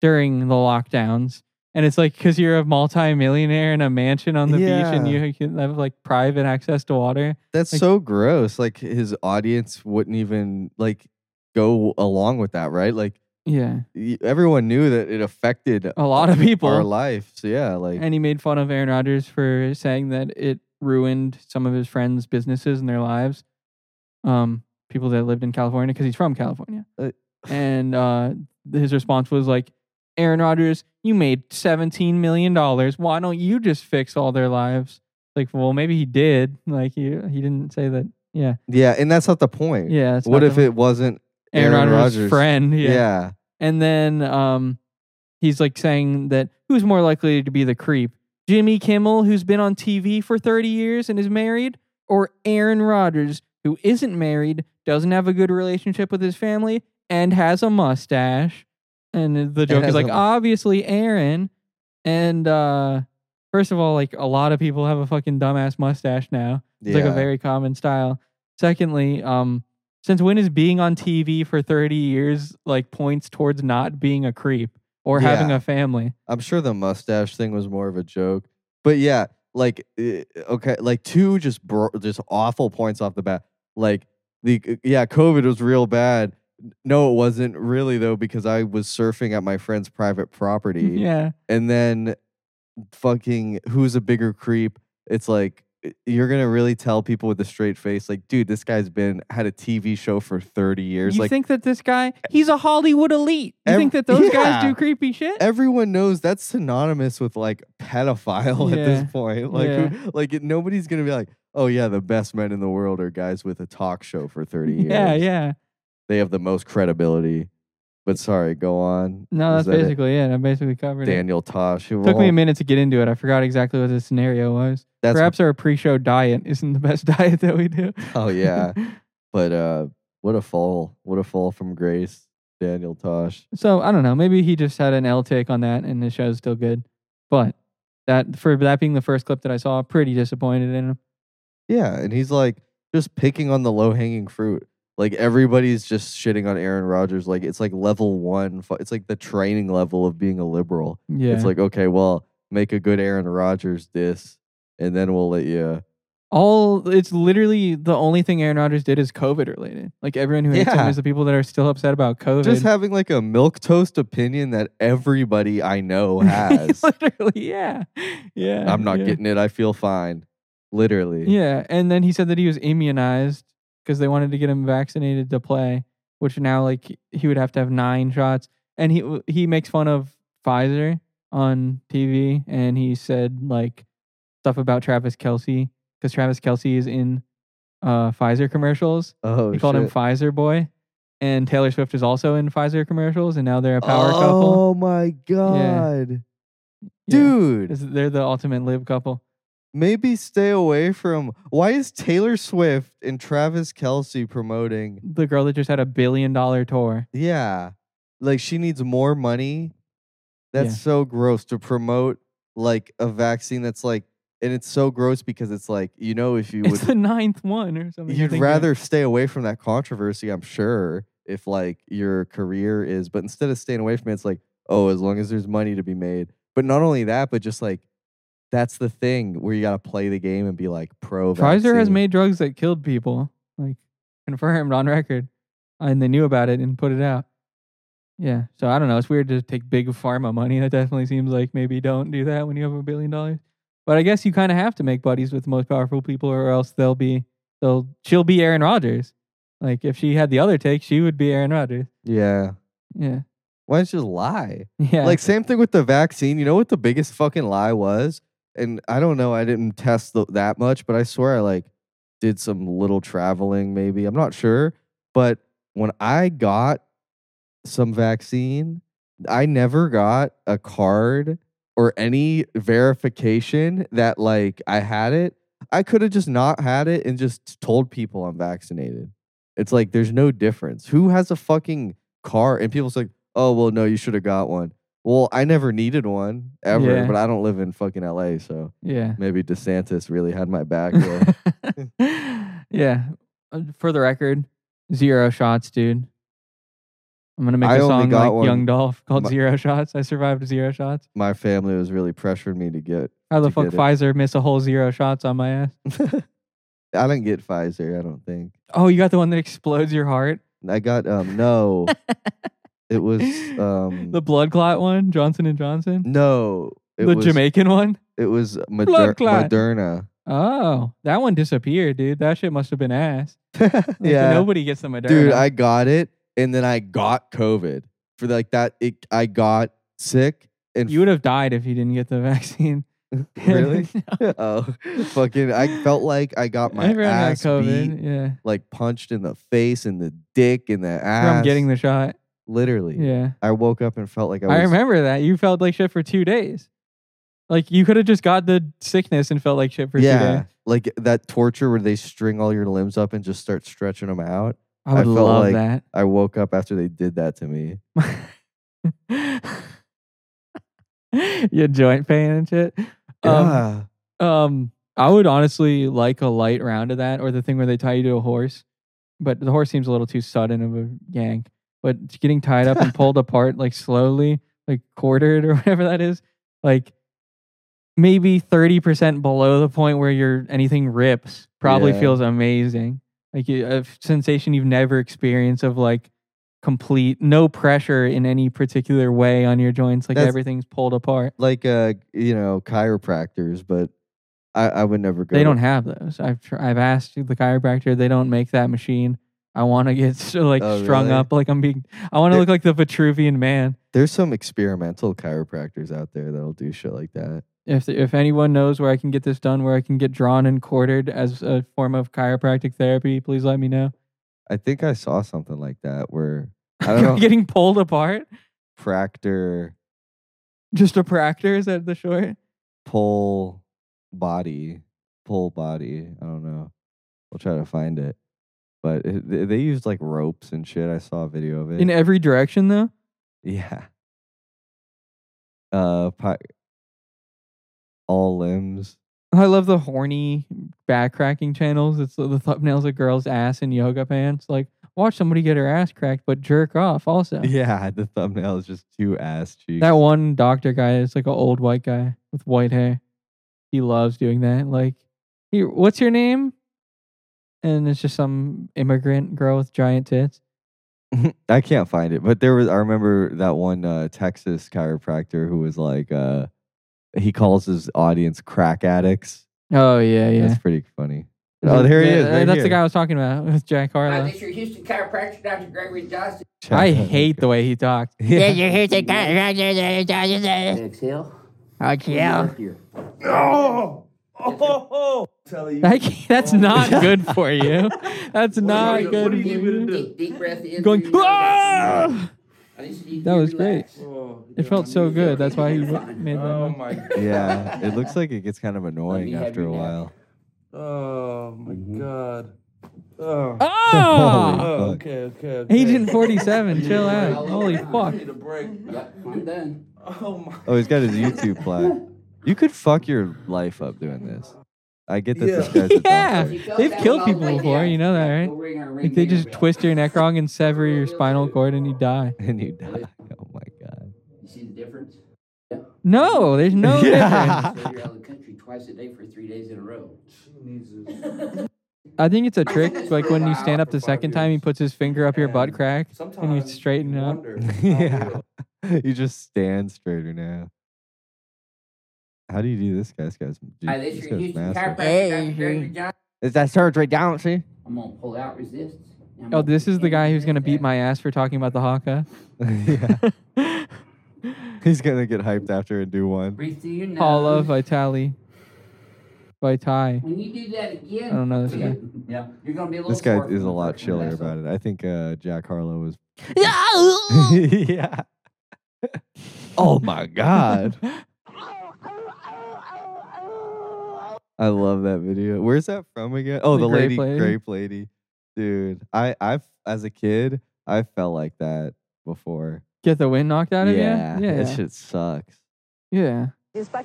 [SPEAKER 1] during the lockdowns. And it's like because you're a multi-millionaire in a mansion on the beach and
[SPEAKER 4] Yeah.
[SPEAKER 1] you can have like private access to water.
[SPEAKER 4] That's
[SPEAKER 1] Like-
[SPEAKER 4] so gross. Like his audience wouldn't even like go along with that, right? Like
[SPEAKER 1] Yeah,
[SPEAKER 4] y- everyone knew that it affected
[SPEAKER 1] a lot of people.
[SPEAKER 4] our life. So yeah, like
[SPEAKER 1] and he made fun of Aaron Rodgers for saying that it ruined some of his friends' businesses and their lives. Um, people that lived in California because he's from California.
[SPEAKER 4] Uh,
[SPEAKER 1] and uh, his response was like, "Aaron Rodgers, you made seventeen million dollars. Why don't you just fix all their lives?" Like, well, maybe he did. Like, he he didn't say that. Yeah,
[SPEAKER 4] yeah, and that's not the point.
[SPEAKER 1] yeah. it's
[SPEAKER 4] What
[SPEAKER 1] not
[SPEAKER 4] if
[SPEAKER 1] the-
[SPEAKER 4] it wasn't?
[SPEAKER 1] Aaron,
[SPEAKER 4] Aaron
[SPEAKER 1] Rodgers'
[SPEAKER 4] Rodgers-
[SPEAKER 1] friend?
[SPEAKER 4] Yeah.
[SPEAKER 1] yeah. And then um, he's like saying that who's more likely to be the creep? Jimmy Kimmel, who's been on TV for 30 years and is married, or Aaron Rodgers, who isn't married, doesn't have a good relationship with his family, and has a mustache. And the joke
[SPEAKER 4] has
[SPEAKER 1] is
[SPEAKER 4] a
[SPEAKER 1] like,
[SPEAKER 4] mu-
[SPEAKER 1] obviously, Aaron. And uh, first of all, like a lot of people have a fucking dumbass mustache now. It's like
[SPEAKER 4] Yeah.
[SPEAKER 1] a very common style. Secondly, um, since when is being on TV for 30 years like points towards not being a creep or having
[SPEAKER 4] Yeah.
[SPEAKER 1] a family?
[SPEAKER 4] I'm sure the mustache thing was more of a joke, but yeah, like eh, okay, like two just bro- just awful points off the bat. Like the eh, yeah, COVID was real bad. No, it wasn't really though because I was surfing at my friend's private property,
[SPEAKER 1] Yeah.
[SPEAKER 4] and then fucking who's a bigger creep? It's like eh, you're gonna really tell people with a straight face, like, dude, this guy's been had a TV show for 30 years.
[SPEAKER 1] you
[SPEAKER 4] like e
[SPEAKER 1] think that this guy, he's a Hollywood elite. You
[SPEAKER 4] Ev-
[SPEAKER 1] think that those guys
[SPEAKER 4] Yeah.
[SPEAKER 1] do creepy shit?
[SPEAKER 4] everyone knows that's synonymous with like pedophile at
[SPEAKER 1] Yeah.
[SPEAKER 4] this point. Like,
[SPEAKER 1] Yeah.
[SPEAKER 4] who- like it- nobody's gonna be like, oh yeah, the best men in the world are guys with a talk show for thirty years.
[SPEAKER 1] yeah, yeah.
[SPEAKER 4] They have the most credibility. But sorry, go on.
[SPEAKER 1] No, that's
[SPEAKER 4] Is that it?
[SPEAKER 1] basically it? I basically covered
[SPEAKER 4] Daniel Tosh.
[SPEAKER 1] it. Took me a minute to get into it. I forgot exactly what the scenario was.
[SPEAKER 4] That's
[SPEAKER 1] Perhaps our pre-show diet isn't the best diet that we do.
[SPEAKER 4] oh yeah, oh, but uh, What a fall. What a fall from grace, Daniel Tosh.
[SPEAKER 1] So I don't know. Maybe he just had an L take on that, and the show's still good. But that for that being the first clip that I saw, pretty disappointed in him.
[SPEAKER 4] Yeah, and he's like just picking on the low hanging fruit. Like everybody's just shitting on Aaron Rodgers. Like it's like level one. fu- It's like the training level of being a liberal.
[SPEAKER 1] Yeah,
[SPEAKER 4] It's like okay, well, make a good Aaron Rodgers diss, and then we'll let you.
[SPEAKER 1] all it's literally the only thing Aaron Rodgers did is COVID related. Like everyone who hates
[SPEAKER 4] Yeah.
[SPEAKER 1] him is the people that are still upset about COVID.
[SPEAKER 4] Just having like a milk toast opinion that everybody I know has.
[SPEAKER 1] literally, yeah, yeah.
[SPEAKER 4] I'm not
[SPEAKER 1] yeah.
[SPEAKER 4] getting it. I feel fine. Literally.
[SPEAKER 1] Yeah, and then he said that he was immunized because they wanted to get him vaccinated to play, which now like he would have to have nine shots. And he w- he makes fun of Pfizer on TV, and he said like stuff about Travis Kelsey because Travis Kelsey is in uh, Pfizer commercials.
[SPEAKER 4] Oh,
[SPEAKER 1] he called him
[SPEAKER 4] shit.
[SPEAKER 1] Pfizer boy, and Taylor Swift is also in Pfizer commercials, and now they're a power
[SPEAKER 4] oh,
[SPEAKER 1] couple.
[SPEAKER 4] my god,
[SPEAKER 1] Yeah.
[SPEAKER 4] dude!
[SPEAKER 1] Is- they're the ultimate lib couple.
[SPEAKER 4] Maybe stay away from. Why is Taylor Swift and Travis Kelsey promoting?
[SPEAKER 1] The girl that just had a billion dollar tour.
[SPEAKER 4] Yeah, like she needs more money. That's
[SPEAKER 1] Yeah.
[SPEAKER 4] so gross to promote like a vaccine that's like, and it's so gross because it's like you know if you
[SPEAKER 1] It's
[SPEAKER 4] would
[SPEAKER 1] the ninth one or something. I
[SPEAKER 4] you'd
[SPEAKER 1] think they're-
[SPEAKER 4] rather stay away from that controversy. I'm sure if like your career is, but instead of staying away from it, it's like oh, as long as there's money to be made. But not only that, but just like that's the thing where you got to play the game and be like pro.
[SPEAKER 1] Pfizer has
[SPEAKER 4] vaccine.
[SPEAKER 1] made drugs that killed people, like confirmed on record, and they knew about it and put it out. Yeah, so I don't know. It's weird to take big pharma money. That definitely seems like maybe don't do that when you have a billion dollars. But I guess you kind of have to make buddies with the most powerful people, or else they'll be they'll she'll be Aaron Rodgers. Like if she had the other take, she would be Aaron Rodgers.
[SPEAKER 4] Yeah.
[SPEAKER 1] Yeah,
[SPEAKER 4] Why don't you just lie?
[SPEAKER 1] yeah.
[SPEAKER 4] Like same thing with the vaccine. You know what the biggest fucking lie was? And I don't know. I didn't test th- that much, but I swear I like did some little traveling. Maybe I'm not sure. But when I got some vaccine, I never got a card or any verification that like I had it. I could have just not had it and just told people I'm vaccinated. It's like there's no difference. Who has a fucking car? And people's like, oh well, no, you should have got one. Well, I never needed one ever,
[SPEAKER 1] Yeah.
[SPEAKER 4] but I don't live in fucking LA, so
[SPEAKER 1] yeah.
[SPEAKER 4] maybe DeSantis really had my back. there.
[SPEAKER 1] yeah. Uh, For the record, zero shots, dude. I'm gonna make
[SPEAKER 4] I
[SPEAKER 1] a
[SPEAKER 4] only
[SPEAKER 1] song
[SPEAKER 4] got
[SPEAKER 1] like
[SPEAKER 4] one.
[SPEAKER 1] Young Dolph called
[SPEAKER 4] My-
[SPEAKER 1] Zero Shots. I survived zero shots.
[SPEAKER 4] my family was really pressuring me to get.
[SPEAKER 1] How the
[SPEAKER 4] To
[SPEAKER 1] fuck
[SPEAKER 4] get it.
[SPEAKER 1] Pfizer miss a whole zero shots on my ass?
[SPEAKER 4] I didn't get Pfizer. I don't think
[SPEAKER 1] Oh, you got the one that explodes your heart?
[SPEAKER 4] I got. Um, no, it was um,
[SPEAKER 1] the blood clot one, Johnson and Johnson?
[SPEAKER 4] no. It
[SPEAKER 1] The
[SPEAKER 4] was,
[SPEAKER 1] Jamaican one?
[SPEAKER 4] It was Moder-
[SPEAKER 1] Blood clot.
[SPEAKER 4] Moderna.
[SPEAKER 1] Oh, that one disappeared, dude. That shit must have been ass. Like,
[SPEAKER 4] yeah,
[SPEAKER 1] Nobody gets the Moderna.
[SPEAKER 4] dude, I got it, and then I got COVID for like that. It, I got sick, and
[SPEAKER 1] you would have died if you didn't get the vaccine.
[SPEAKER 4] really, oh, fucking, I felt like I got my
[SPEAKER 1] Everyone got
[SPEAKER 4] ass
[SPEAKER 1] COVID.
[SPEAKER 4] beat,
[SPEAKER 1] Yeah.
[SPEAKER 4] like punched in the face and the dick and the ass.
[SPEAKER 1] From getting the shot.
[SPEAKER 4] literally.
[SPEAKER 1] Yeah.
[SPEAKER 4] I woke up and felt like I was.
[SPEAKER 1] I remember that. You felt like shit for two days. Like you could have just got the sickness and felt like shit for two
[SPEAKER 4] yeah,
[SPEAKER 1] days.
[SPEAKER 4] like that torture where they string all your limbs up and just start stretching them out.
[SPEAKER 1] I would
[SPEAKER 4] felt
[SPEAKER 1] love
[SPEAKER 4] like-
[SPEAKER 1] that.
[SPEAKER 4] I woke up after they did that to me.
[SPEAKER 1] Your joint pain and shit. Um,
[SPEAKER 4] Yeah.
[SPEAKER 1] um, I would honestly like a light round of that or the thing where they tie you to a horse. But the horse seems a little too sudden of a yank. But getting tied up and pulled apart like slowly, like quartered or whatever that is, like maybe 30% below the point where your anything rips probably
[SPEAKER 4] Yeah.
[SPEAKER 1] feels amazing. Like you- a f- sensation you've never experienced of like complete no pressure in any particular way on your joints like
[SPEAKER 4] That's-
[SPEAKER 1] everything's pulled apart.
[SPEAKER 4] like uh you know chiropractors, but I, I would never go.
[SPEAKER 1] They
[SPEAKER 4] to-
[SPEAKER 1] don't have those. I've tr- I've asked the chiropractor. They don't make that machine. I want to get so, like
[SPEAKER 4] Oh,
[SPEAKER 1] strung
[SPEAKER 4] really?
[SPEAKER 1] up like I'm being. I want to
[SPEAKER 4] There-
[SPEAKER 1] look like the Vitruvian man.
[SPEAKER 4] There's some experimental chiropractors out there that'll do shit like that.
[SPEAKER 1] If if anyone knows where I can get this done, where I can get drawn and quartered as a form of chiropractic therapy, please let me know.
[SPEAKER 4] I think I saw something like that where I don't know
[SPEAKER 1] Getting pulled apart.
[SPEAKER 4] practor
[SPEAKER 1] Just a practor is that the short?
[SPEAKER 4] pull body pull body. I don't know. We'll try to find it. But it, they- they used like ropes and shit. I saw a video of it.
[SPEAKER 1] in every direction though.
[SPEAKER 4] yeah. Uh, pi- all limbs.
[SPEAKER 1] I love the horny back cracking channels. It's the the thumbnails of girls' ass in yoga pants. Like, watch somebody get her ass cracked, but jerk off also.
[SPEAKER 4] Yeah, the thumbnail is just two ass cheeks.
[SPEAKER 1] That one doctor guy is like an old white guy with white hair. He loves doing that. Like, he, what's your name? And it's just some immigrant girl with giant tits.
[SPEAKER 4] I can't find it, but there was. I remember that one uh, Texas chiropractor who was like, uh, he calls his audience crack addicts.
[SPEAKER 1] Oh yeah, yeah.
[SPEAKER 4] That's pretty funny. Oh, there he
[SPEAKER 1] Yeah,
[SPEAKER 4] is, right
[SPEAKER 1] that's the
[SPEAKER 4] here.
[SPEAKER 1] guy I was talking about with Jack
[SPEAKER 6] Hi,
[SPEAKER 1] Harlow.
[SPEAKER 6] this is your Houston chiropractor, Dr. Gregory Johnson.
[SPEAKER 1] I hate the way he talks.
[SPEAKER 4] Yeah.
[SPEAKER 6] And exhale.
[SPEAKER 7] Yeah.
[SPEAKER 6] Up here.
[SPEAKER 1] I Oh! can't- that's
[SPEAKER 4] Oh.
[SPEAKER 1] not good for you. That's not
[SPEAKER 6] you-
[SPEAKER 1] good.
[SPEAKER 6] what do you
[SPEAKER 1] for
[SPEAKER 6] need
[SPEAKER 1] you.
[SPEAKER 6] Deep, deep breath in.
[SPEAKER 1] Going,
[SPEAKER 6] through your nose, out through your mouth.
[SPEAKER 1] "Ah!"
[SPEAKER 6] I need you to
[SPEAKER 1] That was
[SPEAKER 6] relax.
[SPEAKER 1] It felt so good. That's why he w- made that.
[SPEAKER 7] Oh
[SPEAKER 1] noise.
[SPEAKER 7] my
[SPEAKER 4] yeah, it looks like it gets kind of annoying
[SPEAKER 6] have
[SPEAKER 4] after
[SPEAKER 6] your
[SPEAKER 4] a
[SPEAKER 6] nap.
[SPEAKER 4] while.
[SPEAKER 7] Oh my god. Oh. Oh,
[SPEAKER 1] Oh,
[SPEAKER 4] fuck.
[SPEAKER 7] okay, okay, okay.
[SPEAKER 1] Agent Forty Seven, chill out. Holy fuck!
[SPEAKER 7] Need a break.
[SPEAKER 6] Yep, I'm done.
[SPEAKER 7] Oh my.
[SPEAKER 4] Oh, he's got his YouTube plaque. You could fuck your life up doing this. I get that this
[SPEAKER 7] Yeah.
[SPEAKER 4] guy's a
[SPEAKER 1] Yeah.
[SPEAKER 4] doctor.
[SPEAKER 1] They've killed people before, you know that, right? Like they just twist your neck wrong and sever your spinal cord and you die.
[SPEAKER 4] and you die. Oh my god.
[SPEAKER 6] You see the difference?
[SPEAKER 1] No, there's no
[SPEAKER 4] Yeah.
[SPEAKER 1] difference.
[SPEAKER 6] So you're out of the country twice a day for three days in a row.
[SPEAKER 1] I think it's a trick. Like when you stand up the second time, he puts his finger up your butt crack.
[SPEAKER 7] Sometimes
[SPEAKER 1] straighten up.
[SPEAKER 7] wonder how
[SPEAKER 4] yeah.
[SPEAKER 7] real-
[SPEAKER 4] you just stand straighter now. How do you do this guy? This guy's, dude,
[SPEAKER 6] Hi, this is
[SPEAKER 4] this
[SPEAKER 6] your
[SPEAKER 4] guy's
[SPEAKER 6] Houston
[SPEAKER 4] massive.
[SPEAKER 6] chiropractor, Dr. Gregory Johnson.
[SPEAKER 4] Is that surgery down, see?
[SPEAKER 6] I'm gonna pull out resist. and I'm
[SPEAKER 1] Oh,
[SPEAKER 6] gonna
[SPEAKER 1] this is the
[SPEAKER 6] pretend
[SPEAKER 1] guy who's
[SPEAKER 6] resist
[SPEAKER 1] gonna beat
[SPEAKER 6] that.
[SPEAKER 1] my ass for talking about the haka.
[SPEAKER 4] yeah. He's gonna get hyped after and do one.
[SPEAKER 6] Breathe through your nose.
[SPEAKER 1] Paula Vitali. Vitai.
[SPEAKER 6] When you do that again,
[SPEAKER 1] I don't know this guy.
[SPEAKER 6] Yeah, you're gonna be a little.
[SPEAKER 4] This guy
[SPEAKER 6] sore
[SPEAKER 4] is
[SPEAKER 6] from
[SPEAKER 4] a
[SPEAKER 6] the
[SPEAKER 4] lot
[SPEAKER 6] first one.
[SPEAKER 4] chiller
[SPEAKER 6] That's all.
[SPEAKER 4] about it. I think uh, Jack Harlow was. yeah. Oh my god. I love that video. Where's that from again? Oh,
[SPEAKER 1] The
[SPEAKER 4] the,
[SPEAKER 1] Grape
[SPEAKER 4] lady,
[SPEAKER 1] Lady.
[SPEAKER 4] grape lady, dude. I, I, as a kid, I felt like that before.
[SPEAKER 1] Get the wind knocked out of
[SPEAKER 4] yeah,
[SPEAKER 1] you?
[SPEAKER 4] that
[SPEAKER 1] Yeah.
[SPEAKER 4] shit sucks.
[SPEAKER 1] yeah.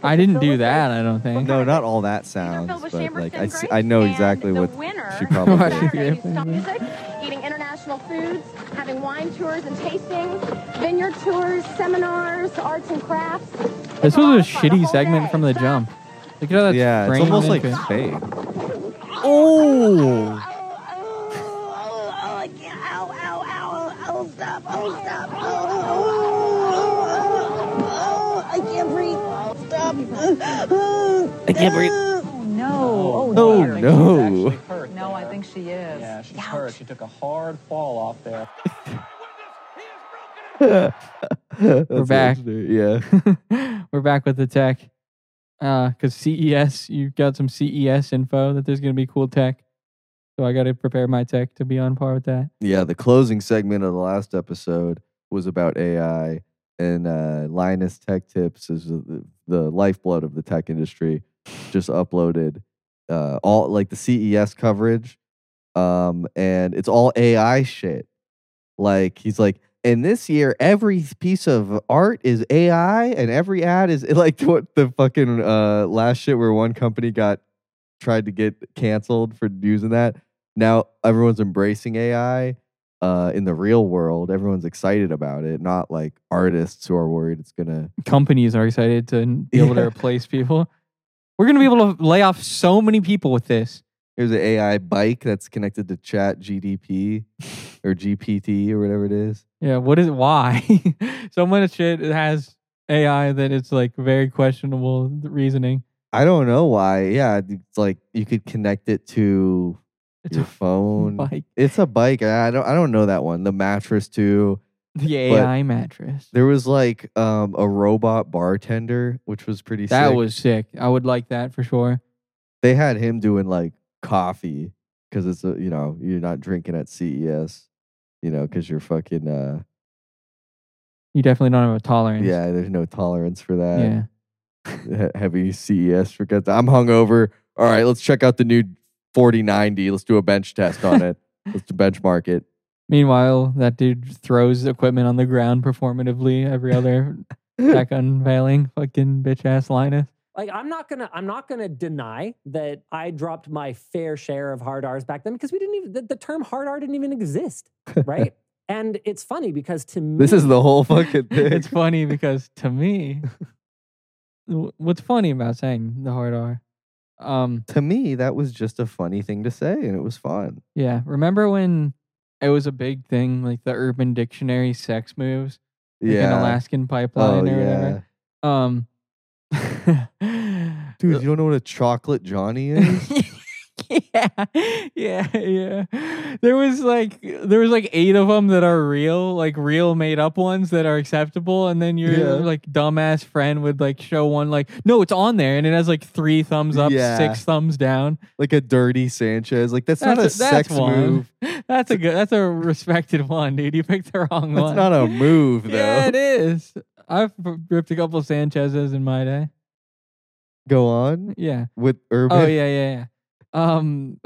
[SPEAKER 1] I didn't do that, I don't think.
[SPEAKER 4] No, not all that sounds, but like I, s- I know
[SPEAKER 8] And
[SPEAKER 4] exactly
[SPEAKER 8] the
[SPEAKER 4] what
[SPEAKER 8] winner
[SPEAKER 4] she
[SPEAKER 8] is
[SPEAKER 4] probably
[SPEAKER 1] Why
[SPEAKER 4] did.
[SPEAKER 1] she
[SPEAKER 8] Saturday,
[SPEAKER 1] grabbing
[SPEAKER 8] stop
[SPEAKER 1] me?
[SPEAKER 8] music, eating international foods, having wine tours and tasting, vineyard tours, seminars, arts and crafts.
[SPEAKER 1] This
[SPEAKER 8] It's
[SPEAKER 1] was
[SPEAKER 8] lot
[SPEAKER 1] a
[SPEAKER 8] of fun,
[SPEAKER 1] shitty
[SPEAKER 8] whole
[SPEAKER 1] segment
[SPEAKER 8] day.
[SPEAKER 1] from the
[SPEAKER 8] Stop.
[SPEAKER 1] jump. Look at that.
[SPEAKER 4] Yeah, it's
[SPEAKER 1] frame
[SPEAKER 4] almost like
[SPEAKER 1] into it.
[SPEAKER 4] fake. Oh.
[SPEAKER 8] Oh, oh, oh, I can't. Ow, ow, ow, oh, oh, stop, oh, stop. Oh, oh, oh, oh, I can't breathe. Stop. I can't breathe.
[SPEAKER 9] No. Oh,
[SPEAKER 4] Oh no.
[SPEAKER 9] No, I think she is. Yeah, she's hurt. She took a hard fall off there.
[SPEAKER 4] We're
[SPEAKER 1] back.
[SPEAKER 4] Yeah.
[SPEAKER 1] We're back with the tech. Uh, Because CES, E you've got some CES info that there's going to be cool tech. So I got to prepare my tech to be on par with that.
[SPEAKER 4] Yeah, the closing segment of the last episode was about AI, and uh, Linus Tech Tips is the, the lifeblood of the tech industry. Just uploaded uh, all like the CES coverage, um, and it's all AI shit. Like he's like, and this year every piece of art is AI, and every ad is like what the fucking uh, last shit where one company got tried to get canceled for using that. Now everyone's embracing AI uh, in the real world. Everyone's excited about it, not like artists who are worried it's gonna.
[SPEAKER 1] Companies are excited to n- be able to
[SPEAKER 4] Yeah.
[SPEAKER 1] replace people. We're going to be able to lay off so many people with this.
[SPEAKER 4] Here's an AI bike that's connected to Chat GDP or GPT or whatever it is.
[SPEAKER 1] Yeah, what is why? so much shit has AI that it's like very questionable reasoning.
[SPEAKER 4] I don't know why. Yeah, it's like you could connect it to
[SPEAKER 1] It's
[SPEAKER 4] your
[SPEAKER 1] a
[SPEAKER 4] phone.
[SPEAKER 1] bike.
[SPEAKER 4] It's a bike. I I don't. I don't know that one. The mattress too.
[SPEAKER 1] The AI mattress.
[SPEAKER 4] There was like um, a robot bartender, which was pretty.
[SPEAKER 1] That
[SPEAKER 4] sick.
[SPEAKER 1] was sick. I would like that for sure.
[SPEAKER 4] they had him doing like coffee because it's a, you know you're not drinking at CES, you know, because you're fucking uh
[SPEAKER 1] You definitely don't have a tolerance.
[SPEAKER 4] yeah. There's no tolerance for
[SPEAKER 1] Yeah.
[SPEAKER 4] that. Yeah. Heavy E CES forget. I'm hungover. All right, let's check out the new 4090. Let's do a bench test on it. Let's benchmark it.
[SPEAKER 1] Meanwhile, that dude throws equipment on the ground performatively every other tech unveiling. Fucking bitch ass Linus.
[SPEAKER 10] Like I'm not gonna I'm not gonna deny that I dropped my fair share of hard R's back then because we didn't even the, the term hard R didn't even exist, right? and it's funny because to me
[SPEAKER 4] This is the whole fucking thing.
[SPEAKER 1] it's funny because to me, w- what's funny about saying the hard R? Um,
[SPEAKER 4] to me, that was just a funny thing to say, and it was fun.
[SPEAKER 1] yeah. Remember when it was a big thing, like the Urban Dictionary sex moves, like an
[SPEAKER 4] Yeah.
[SPEAKER 1] Alaskan
[SPEAKER 4] Oh
[SPEAKER 1] pipeline or
[SPEAKER 4] yeah,
[SPEAKER 1] whatever. Um,
[SPEAKER 4] dude, you don't know what a chocolate Johnny is?
[SPEAKER 1] yeah, yeah, yeah. There was like there was like eight of them that are real, like real made up ones that are acceptable, and then your
[SPEAKER 4] Yeah.
[SPEAKER 1] like dumbass friend would like show one like, no, it's on there, and it has like three thumbs up,
[SPEAKER 4] Yeah.
[SPEAKER 1] six thumbs down.
[SPEAKER 4] like a dirty Sanchez? Like that's, not a, sex
[SPEAKER 1] one.
[SPEAKER 4] move.
[SPEAKER 1] That's a good. That's a respected one, dude. You picked the wrong
[SPEAKER 4] That's
[SPEAKER 1] one.
[SPEAKER 4] not a move though.
[SPEAKER 1] Yeah, it is. I've ripped a couple Sanchez's in my day.
[SPEAKER 4] Go on
[SPEAKER 1] Yeah.
[SPEAKER 4] with Urban.
[SPEAKER 1] Oh yeah, yeah, yeah. Um,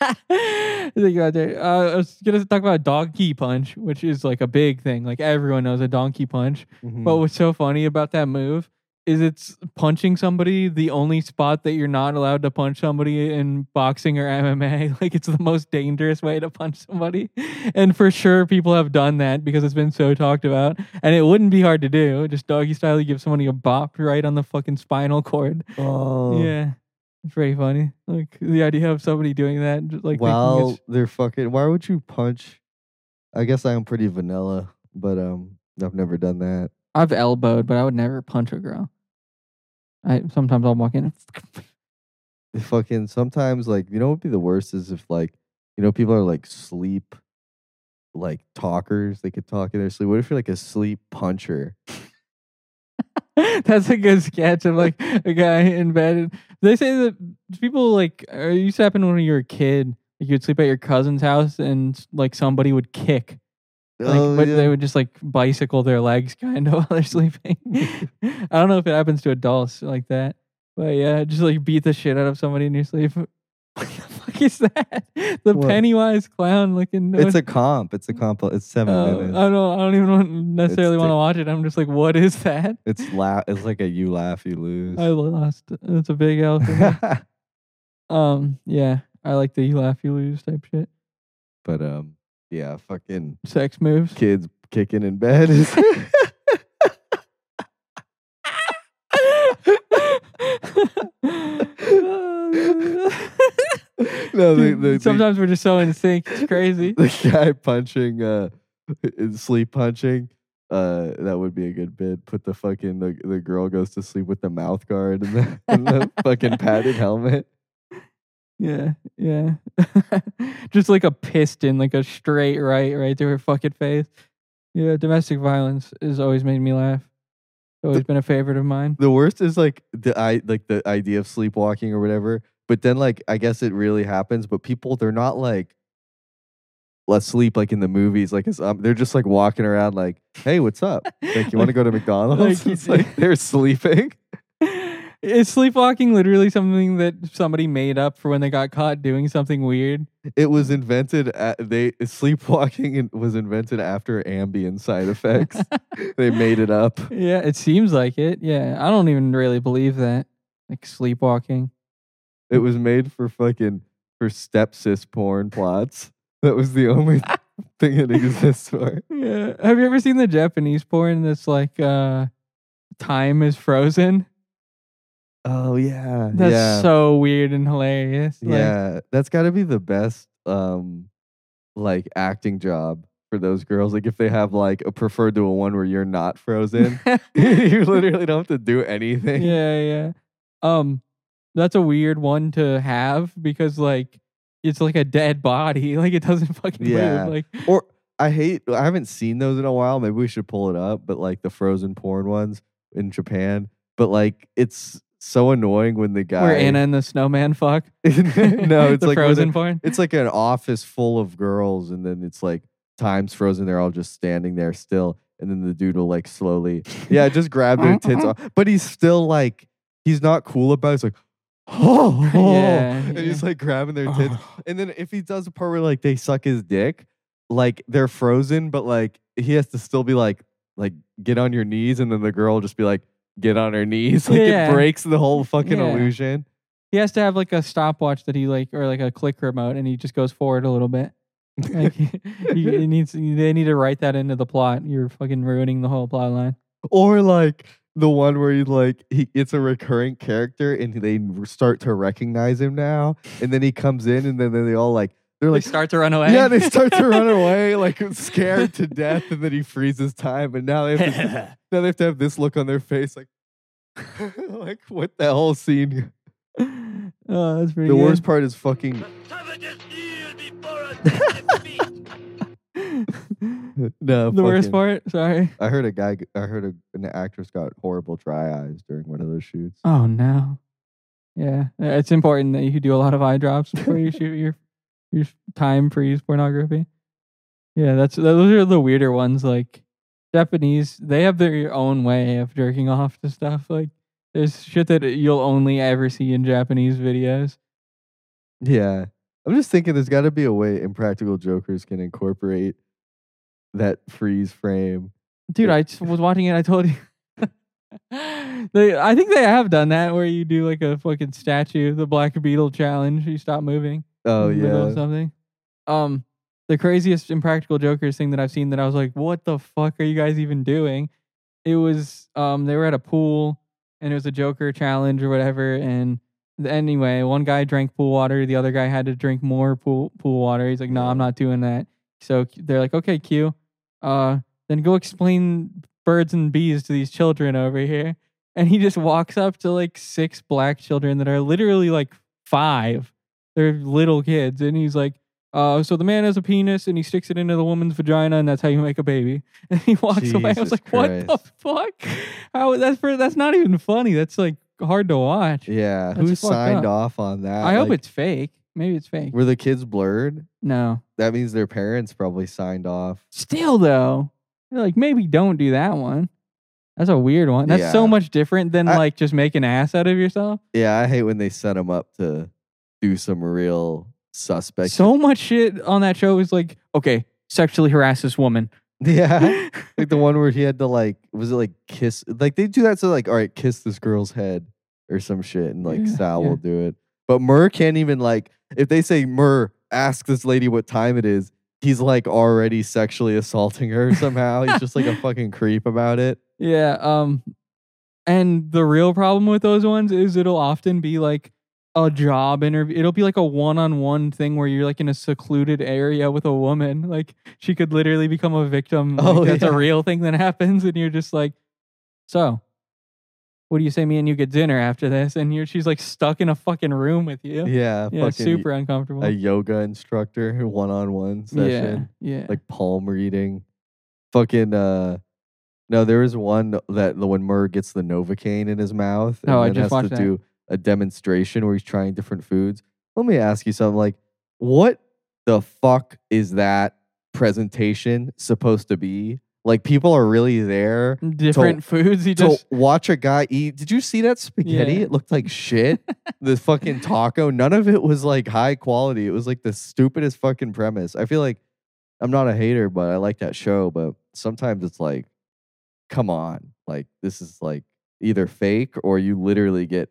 [SPEAKER 1] I think about that. Uh, I was gonna talk about donkey punch, which is like a big thing. Like everyone knows a donkey punch.
[SPEAKER 4] Mhm.
[SPEAKER 1] But what's so funny about that move is it's punching somebody the only spot that you're not allowed to punch somebody in boxing or MMA. Like it's the most dangerous way to punch somebody. And for sure people have done that because it's been so talked about. And it wouldn't be hard to do. Just doggy style, you give somebody a bop right on the fucking spinal cord.
[SPEAKER 4] Oh.
[SPEAKER 1] Yeah. It's pretty funny. Like the idea of somebody doing that, just like thinking
[SPEAKER 4] Wow,
[SPEAKER 1] it's-
[SPEAKER 4] they're fucking. Why would you punch? I guess I'm pretty vanilla, but um, I've never done that.
[SPEAKER 1] I've elbowed, but I would never punch a girl. I sometimes I'll walk in. and
[SPEAKER 4] The fucking sometimes, like you know, what would be the worst is if like you know people are like sleep, like talkers. They could talk in their sleep. What if you're like a sleep puncher?
[SPEAKER 1] That's a good sketch of like a guy in bed. and- They say that people like uh, it used to happen when you were a kid. Like you'd sleep at your cousin's house, and like somebody would kick, like, but
[SPEAKER 4] Oh, yeah.
[SPEAKER 1] they would just like bicycle their legs kind of while they're sleeping. I don't know if it happens to adults like that, but yeah, just like beat the shit out of somebody in your sleep. What the fuck is that? The
[SPEAKER 4] What?
[SPEAKER 1] Pennywise clown looking.
[SPEAKER 4] it's a comp. It's a comp. It's seven
[SPEAKER 1] Oh,
[SPEAKER 4] minutes.
[SPEAKER 1] I don't. I don't even want, necessarily
[SPEAKER 4] di-
[SPEAKER 1] want to watch it. I'm just like, what is that?
[SPEAKER 4] it's la- It's like a you laugh, you lose.
[SPEAKER 1] I lost. That's a big L. For me. um, yeah, I like the you laugh, you lose type shit.
[SPEAKER 4] but um, yeah, fucking
[SPEAKER 1] Sex moves.
[SPEAKER 4] kids kicking in bed is no. The, the, the-
[SPEAKER 1] Sometimes we're just so in sync. It's crazy.
[SPEAKER 4] the guy punching uh in sleep punching uh that would be a good bid put the fucking the, the girl goes to sleep with the mouth guard and the, and the fucking padded helmet
[SPEAKER 1] Yeah, yeah. Just like a piston, like a straight right, right through her fucking face. Yeah, domestic violence has always made me laugh. Always been a favorite of mine.
[SPEAKER 4] the worst is like the i like the idea of sleepwalking or whatever but then like i guess it really happens but people they're not like let's sleep like in the movies like it's, um, they're just like walking around like hey what's up like you want to go to mcdonald's
[SPEAKER 1] you
[SPEAKER 4] it's
[SPEAKER 1] did.
[SPEAKER 4] like they're sleeping
[SPEAKER 1] Is sleepwalking literally something that somebody made up for when they got caught doing something weird?
[SPEAKER 4] It was invented. At, they sleepwalking in- was invented after Ambien side effects. they made it up.
[SPEAKER 1] Yeah, it seems like it. Yeah, I don't even really believe that. Like sleepwalking.
[SPEAKER 4] It was made for fucking for stepsis porn plots. That was the only thing it exists for.
[SPEAKER 1] Yeah. Have you ever seen the Japanese porn that's like uh time is frozen?
[SPEAKER 4] Oh yeah,
[SPEAKER 1] That's
[SPEAKER 4] yeah,
[SPEAKER 1] so weird and hilarious. Like,
[SPEAKER 4] yeah. That's got to be the best, um, like acting job for those girls. Like if they have like a preferred to a one where you're not frozen, you literally don't have to do anything.
[SPEAKER 1] yeah, yeah. Um, that's a weird one to have because like it's like a dead body. Like it doesn't fucking
[SPEAKER 4] Yeah.
[SPEAKER 1] move. Like
[SPEAKER 4] Or I hate. I haven't seen those in a while. Maybe we should pull it up. But like the frozen porn ones in Japan. But like it's so annoying when the guy.
[SPEAKER 1] where Anna and the snowman fuck.
[SPEAKER 4] no, it's
[SPEAKER 1] the
[SPEAKER 4] like when
[SPEAKER 1] frozen
[SPEAKER 4] it-
[SPEAKER 1] porn.
[SPEAKER 4] it's like an office full of girls, and then it's like time's frozen. They're all just standing there still, and then the dude will like slowly. Yeah, just grab their tits off. But he's still like he's not cool about. it. He's like. oh,
[SPEAKER 1] Yeah,
[SPEAKER 4] and
[SPEAKER 1] yeah.
[SPEAKER 4] he's like grabbing their tits. And then if he does a part where like they suck his dick, like they're frozen, but like he has to still be like, like get on your knees, and then the girl will just be like, get on her knees. Like
[SPEAKER 1] Yeah.
[SPEAKER 4] it breaks the whole fucking
[SPEAKER 1] Yeah.
[SPEAKER 4] illusion.
[SPEAKER 1] He has to have like a stopwatch that he like or like a click remote, and he just goes forward a little bit. Like, he- he needs. They need to write that into the plot. You're fucking ruining the whole plot line.
[SPEAKER 4] Or like the one where he's like he it's a recurring character and they r- start to recognize him now, and then he comes in and then, then they all like they're
[SPEAKER 1] They
[SPEAKER 4] like
[SPEAKER 1] start to run away.
[SPEAKER 4] yeah they start to run away like scared to death and then he freezes time and now they have to, now they have to have this look on their face like like what the whole scene
[SPEAKER 1] oh, that's pretty.
[SPEAKER 4] the
[SPEAKER 1] good.
[SPEAKER 4] worst part is fucking
[SPEAKER 1] The
[SPEAKER 4] no
[SPEAKER 1] worst
[SPEAKER 4] fucking-
[SPEAKER 1] part. Sorry.
[SPEAKER 4] I heard a guy g- I heard a, an actress got horrible dry eyes during one of those shoots
[SPEAKER 1] Oh no. Yeah, uh, it's important that you do a lot of eye drops before you shoot your your time freeze pornography. Yeah, that's those are the weirder ones. Like Japanese, they have their own way of jerking off to stuff. Like there's shit that you'll only ever see in Japanese videos.
[SPEAKER 4] Yeah. I'm just thinking there's got to be a way Impractical Jokers can incorporate that freeze frame.
[SPEAKER 1] Dude, I just was watching it. I told you. they, I think they have done that where you do like a fucking statue, the Black Beetle challenge. You stop moving.
[SPEAKER 4] Oh,
[SPEAKER 1] in the middle of
[SPEAKER 4] yeah.
[SPEAKER 1] something. Um, the craziest Impractical Jokers thing that I've seen that I was like, what the fuck are you guys even doing? It was um, they were at a pool and it was a Joker challenge or whatever. And th- anyway, one guy drank pool water, the other guy had to drink more pool pool water. He's like, no, I'm not doing that. So Q- they're like, okay, Q, uh, then go explain birds and bees to these children over here. And he just walks up to like six black children that are literally like five. They're little kids. And he's like, uh, so the man has a penis and he sticks it into the woman's vagina and that's how you make a baby. And he walks away. I was
[SPEAKER 4] Jesus
[SPEAKER 1] like, what the fuck? How that's for that's not even funny. That's like hard to watch.
[SPEAKER 4] Yeah.
[SPEAKER 1] That's
[SPEAKER 4] Who
[SPEAKER 1] fucked
[SPEAKER 4] signed
[SPEAKER 1] up.
[SPEAKER 4] off on that?
[SPEAKER 1] I hope
[SPEAKER 4] Like,
[SPEAKER 1] it's fake. Maybe it's fake.
[SPEAKER 4] Were the kids blurred?
[SPEAKER 1] No.
[SPEAKER 4] That means their parents probably signed off.
[SPEAKER 1] Still though, you're like maybe don't do that one. That's a weird one. That's so
[SPEAKER 4] Yeah.
[SPEAKER 1] much different than
[SPEAKER 4] I-
[SPEAKER 1] like just make an ass out of yourself.
[SPEAKER 4] Yeah. I hate when they set them up to do some real suspect.
[SPEAKER 1] so much shit on that show is like, okay, sexually harass this woman.
[SPEAKER 4] yeah. like the one where he had to, like, was it like kiss? Like they do that to, like, all right, kiss this girl's head or some shit. And like
[SPEAKER 1] Yeah,
[SPEAKER 4] Sal
[SPEAKER 1] yeah.
[SPEAKER 4] will do it. But Murr can't even, like, if they say, Murr, ask this lady what time it is, he's like already sexually assaulting her somehow. he's just like a fucking creep about it.
[SPEAKER 1] Yeah. Um, and the real problem with those ones is it'll often be like a job interview. It'll be like a one-on-one thing where you're like in a secluded area with a woman. Like she could literally become a victim. Like,
[SPEAKER 4] Oh,
[SPEAKER 1] that's
[SPEAKER 4] yeah.
[SPEAKER 1] a real thing that happens, and you're just like, so. What do you say? Me and you get dinner after this, and you're she's like stuck in a fucking room with you. Yeah,
[SPEAKER 4] Yeah. fucking
[SPEAKER 1] super uncomfortable.
[SPEAKER 4] A yoga instructor, one on one
[SPEAKER 1] yeah,
[SPEAKER 4] session,
[SPEAKER 1] yeah.
[SPEAKER 4] like palm reading. Fucking, uh, no, there is one that the when Murr gets the Novocaine in his mouth and
[SPEAKER 1] Oh, I
[SPEAKER 4] then
[SPEAKER 1] just
[SPEAKER 4] has to
[SPEAKER 1] watched that.
[SPEAKER 4] do a demonstration where he's trying different foods. Let me ask you something like, what the fuck is that presentation supposed to be? Like, people are really there
[SPEAKER 1] different foods. You
[SPEAKER 4] to
[SPEAKER 1] just
[SPEAKER 4] watch a guy eat. Did you see that spaghetti?
[SPEAKER 1] Yeah.
[SPEAKER 4] It looked like shit. the fucking taco. None of it was like high quality. It was like the stupidest fucking premise. I feel like I'm not a hater, but I like that show. But sometimes it's like, come on. Like, this is like either fake or you literally get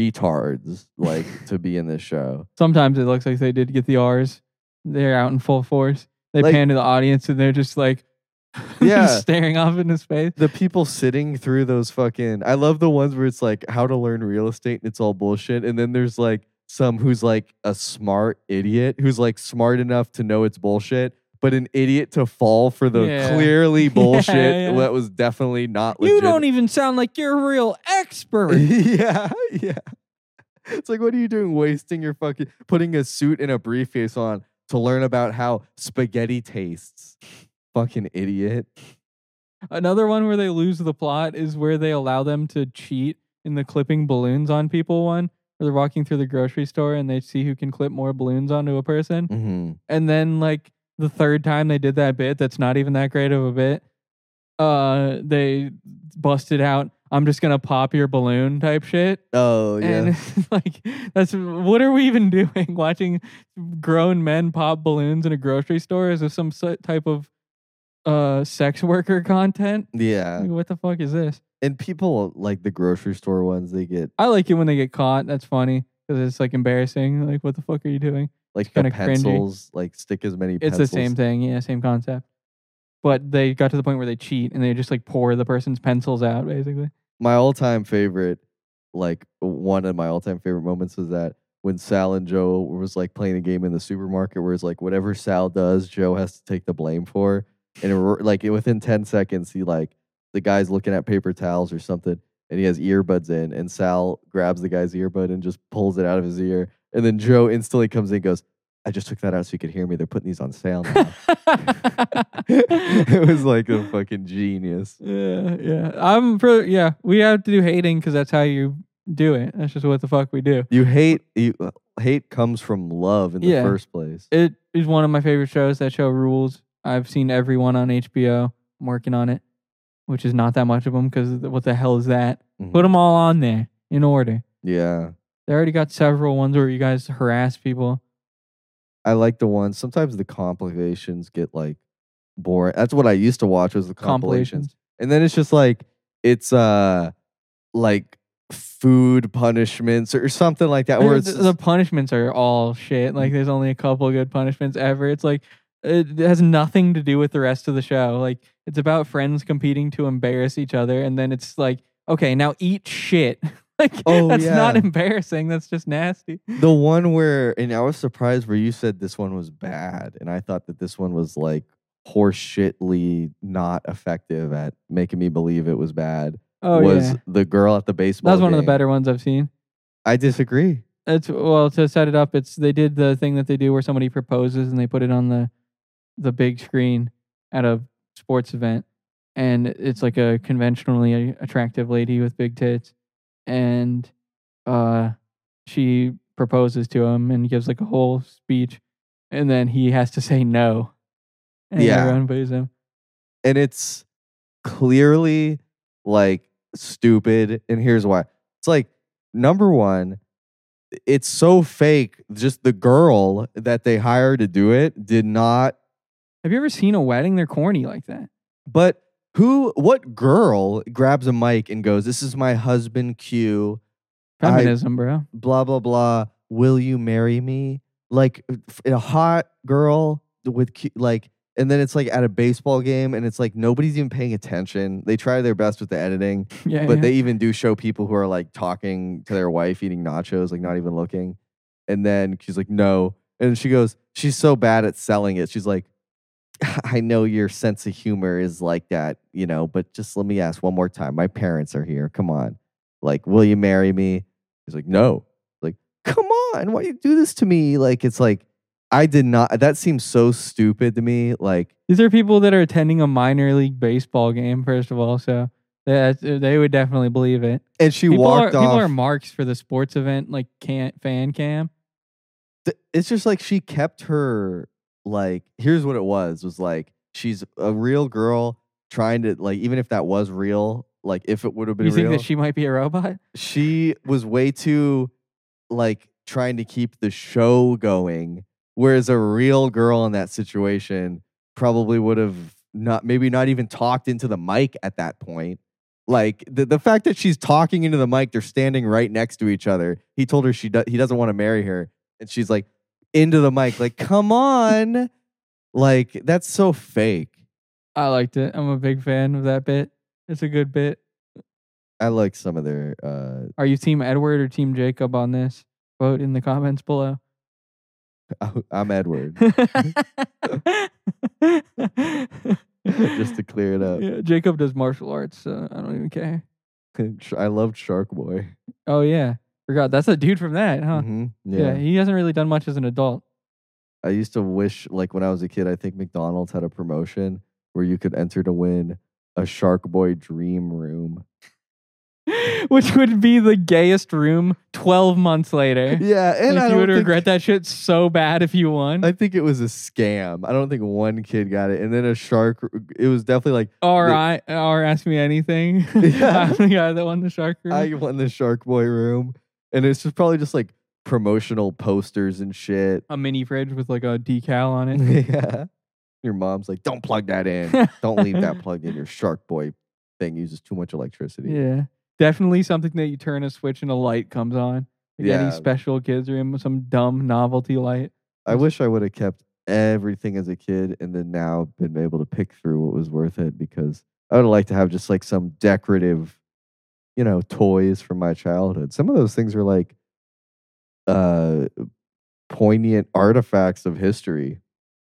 [SPEAKER 4] retards like to be in this show.
[SPEAKER 1] sometimes it looks like they did get the R's. They're out in full force. They
[SPEAKER 4] Like-
[SPEAKER 1] pan to the audience and they're just like,
[SPEAKER 4] Yeah.
[SPEAKER 1] staring off into space.
[SPEAKER 4] The people sitting through those fucking I love the ones where it's like how to learn real estate and it's all bullshit. And then there's like some who's like a smart idiot who's like smart enough to know it's bullshit, but an idiot to fall for the
[SPEAKER 1] Yeah.
[SPEAKER 4] clearly bullshit
[SPEAKER 1] yeah.
[SPEAKER 4] that was definitely not legit.
[SPEAKER 1] You don't even sound like you're a real expert.
[SPEAKER 4] yeah, yeah. It's like, what are you doing? Wasting your fucking putting a suit and a briefcase on to learn about how spaghetti tastes. Fucking idiot.
[SPEAKER 1] Another one where they lose the plot is where they allow them to cheat in the clipping balloons on people one. Where they're walking through the grocery store and they see who can clip more balloons onto a person.
[SPEAKER 4] Mm-hmm.
[SPEAKER 1] And then like the third time they did that bit, that's not even that great of a bit. Uh, they busted out. I'm just gonna pop your balloon type shit.
[SPEAKER 4] Oh yeah.
[SPEAKER 1] And it's like that's what are we even doing? Watching grown men pop balloons in a grocery store is this some so- type of uh sex worker content?
[SPEAKER 4] yeah.
[SPEAKER 1] Like, what the fuck is this?
[SPEAKER 4] And people like the grocery store ones, they get
[SPEAKER 1] I like it when they get caught. That's funny because it's like embarrassing. Like, what the fuck are you doing?
[SPEAKER 4] like the
[SPEAKER 1] kinda cringy.
[SPEAKER 4] pencils, like stick as many
[SPEAKER 1] It's
[SPEAKER 4] pencils.
[SPEAKER 1] the same thing. Yeah, same concept. But they got to the point where they cheat and they just like pour the person's pencils out, basically.
[SPEAKER 4] My all time favorite, like one of my all time favorite moments was that when Sal and Joe was like playing a game in the supermarket where it's like whatever Sal does, Joe has to take the blame for. And it, wor- like it- within 10 seconds, he like the guy's looking at paper towels or something and he has earbuds in and Sal grabs the guy's earbud and just pulls it out of his ear. And then Joe instantly comes in and goes, I just took that out so you could hear me. They're putting these on sale now. it was like a fucking genius.
[SPEAKER 1] Yeah, yeah. I'm for yeah. We have to do hating because that's how you do it. That's just what the fuck we do.
[SPEAKER 4] You hate you uh, hate comes from love in the
[SPEAKER 1] Yeah.
[SPEAKER 4] first place.
[SPEAKER 1] It is one of my favorite shows. That show rules. I've seen everyone on HBO. I'm working on it, which is not that much of them because what the hell is that? Put 'em
[SPEAKER 4] Mhm.
[SPEAKER 1] Put them all on there in order.
[SPEAKER 4] Yeah.
[SPEAKER 1] They already got several ones where you guys harass people.
[SPEAKER 4] I like the ones. Sometimes the compilations get like boring. That's what I used to watch was the compilations.
[SPEAKER 1] Compilations.
[SPEAKER 4] And then it's just like it's uh like food punishments or something like that. Where
[SPEAKER 1] The,
[SPEAKER 4] it's
[SPEAKER 1] the punishments are all shit. Like there's only a couple good punishments ever. It's like it has nothing to do with the rest of the show. Like it's about friends competing to embarrass each other, and then it's like, okay, now eat shit. like
[SPEAKER 4] Oh,
[SPEAKER 1] that's not
[SPEAKER 4] yeah.
[SPEAKER 1] embarrassing. That's just nasty.
[SPEAKER 4] the one where and I was surprised where you said this one was bad, and I thought that this one was like horseshitly not effective at making me believe it was bad.
[SPEAKER 1] Oh
[SPEAKER 4] was
[SPEAKER 1] yeah,
[SPEAKER 4] the girl at the baseball?
[SPEAKER 1] that was one of the
[SPEAKER 4] game.
[SPEAKER 1] better ones I've seen.
[SPEAKER 4] I disagree.
[SPEAKER 1] It's well to set it up. It's they did the thing that they do where somebody proposes and they put it on the the big screen at a sports event, and it's like a conventionally attractive lady with big tits, and uh, she proposes to him and gives like a whole speech, and then he has to say no, and
[SPEAKER 4] Yeah.
[SPEAKER 1] everyone boos him.
[SPEAKER 4] and it's clearly like stupid. And here's why: it's like number one, it's so fake. Just the girl that they hired to do it did not.
[SPEAKER 1] Have you ever seen a wedding? They're corny like that.
[SPEAKER 4] But who? What girl grabs a mic and goes, "This is my husband, Q." I-
[SPEAKER 1] Feminism, bro.
[SPEAKER 4] Blah blah blah. Will you marry me? Like f- a hot girl with Q, like. And then it's like at a baseball game, and it's like nobody's even paying attention. They try their best with the editing,
[SPEAKER 1] Yeah,
[SPEAKER 4] but
[SPEAKER 1] yeah.
[SPEAKER 4] they even do show people who are like talking to their wife eating nachos like not even looking and then she's like no and she goes she's so bad at selling it she's like i know your sense of humor is like that you know but just let me ask one more time my parents are here come on like will you marry me he's like no like come on why you do this to me like it's like i did not that seems so stupid to me like
[SPEAKER 1] These are people that are attending a minor league baseball game, first of all. So that they would definitely believe it.
[SPEAKER 4] and she
[SPEAKER 1] people,
[SPEAKER 4] walked
[SPEAKER 1] are,
[SPEAKER 4] off
[SPEAKER 1] people are marks for the sports event, like can fan cam.
[SPEAKER 4] th- it's just like she kept her like here's what it was was like she's a real girl trying to like even if that was real like if it would have been
[SPEAKER 1] You think
[SPEAKER 4] real
[SPEAKER 1] that she might be a robot?
[SPEAKER 4] she was way too like trying to keep the show going whereas a real girl in that situation probably would have not maybe not even talked into the mic at that point like the, the fact that she's talking into the mic they're standing right next to each other he told her she do, he doesn't want to marry her and she's like into the mic like come on like that's so fake
[SPEAKER 1] I liked it. I'm a big fan of that bit. It's a good bit.
[SPEAKER 4] i like some of their uh
[SPEAKER 1] Are you Team Edward or Team Jacob on this? Vote in the comments below.
[SPEAKER 4] i'm edward just
[SPEAKER 1] Just
[SPEAKER 4] to clear it up
[SPEAKER 1] yeah, Jacob does martial arts, so I don't even care.
[SPEAKER 4] I loved Shark Boy.
[SPEAKER 1] Oh yeah, forgot that's a dude from that, huh?
[SPEAKER 4] Mhm. Yeah.
[SPEAKER 1] Yeah, he hasn't really done much as an adult.
[SPEAKER 4] I used to wish, like when I was a kid, I think McDonald's had a promotion where you could enter to win a Shark Boy Dream Room.
[SPEAKER 1] Which would be the gayest room 12 months later.
[SPEAKER 4] Yeah, and
[SPEAKER 1] Like,
[SPEAKER 4] I
[SPEAKER 1] you
[SPEAKER 4] don't
[SPEAKER 1] would
[SPEAKER 4] think-
[SPEAKER 1] regret that shit so bad if you won.
[SPEAKER 4] I think it was a scam. I don't think one kid got it. And then a shark. It was definitely like
[SPEAKER 1] or I or ask me anything.
[SPEAKER 4] Yeah.
[SPEAKER 1] I'm the guy that won the shark room.
[SPEAKER 4] I won the Shark Boy room, and it's just probably just like promotional posters and shit.
[SPEAKER 1] a mini fridge with like a decal on it.
[SPEAKER 4] yeah. Your mom's like, don't plug that in. don't leave that plugged in. Your Shark Boy thing uses too much electricity.
[SPEAKER 1] Yeah. Definitely something that you turn a switch and a light comes on. Like
[SPEAKER 4] Yeah.
[SPEAKER 1] Any special kids room, some dumb novelty light.
[SPEAKER 4] I wish I would have kept everything as a kid and then now been able to pick through what was worth it because I would have liked to have just like some decorative, you know, toys from my childhood. Some of those things are like uh poignant artifacts of history.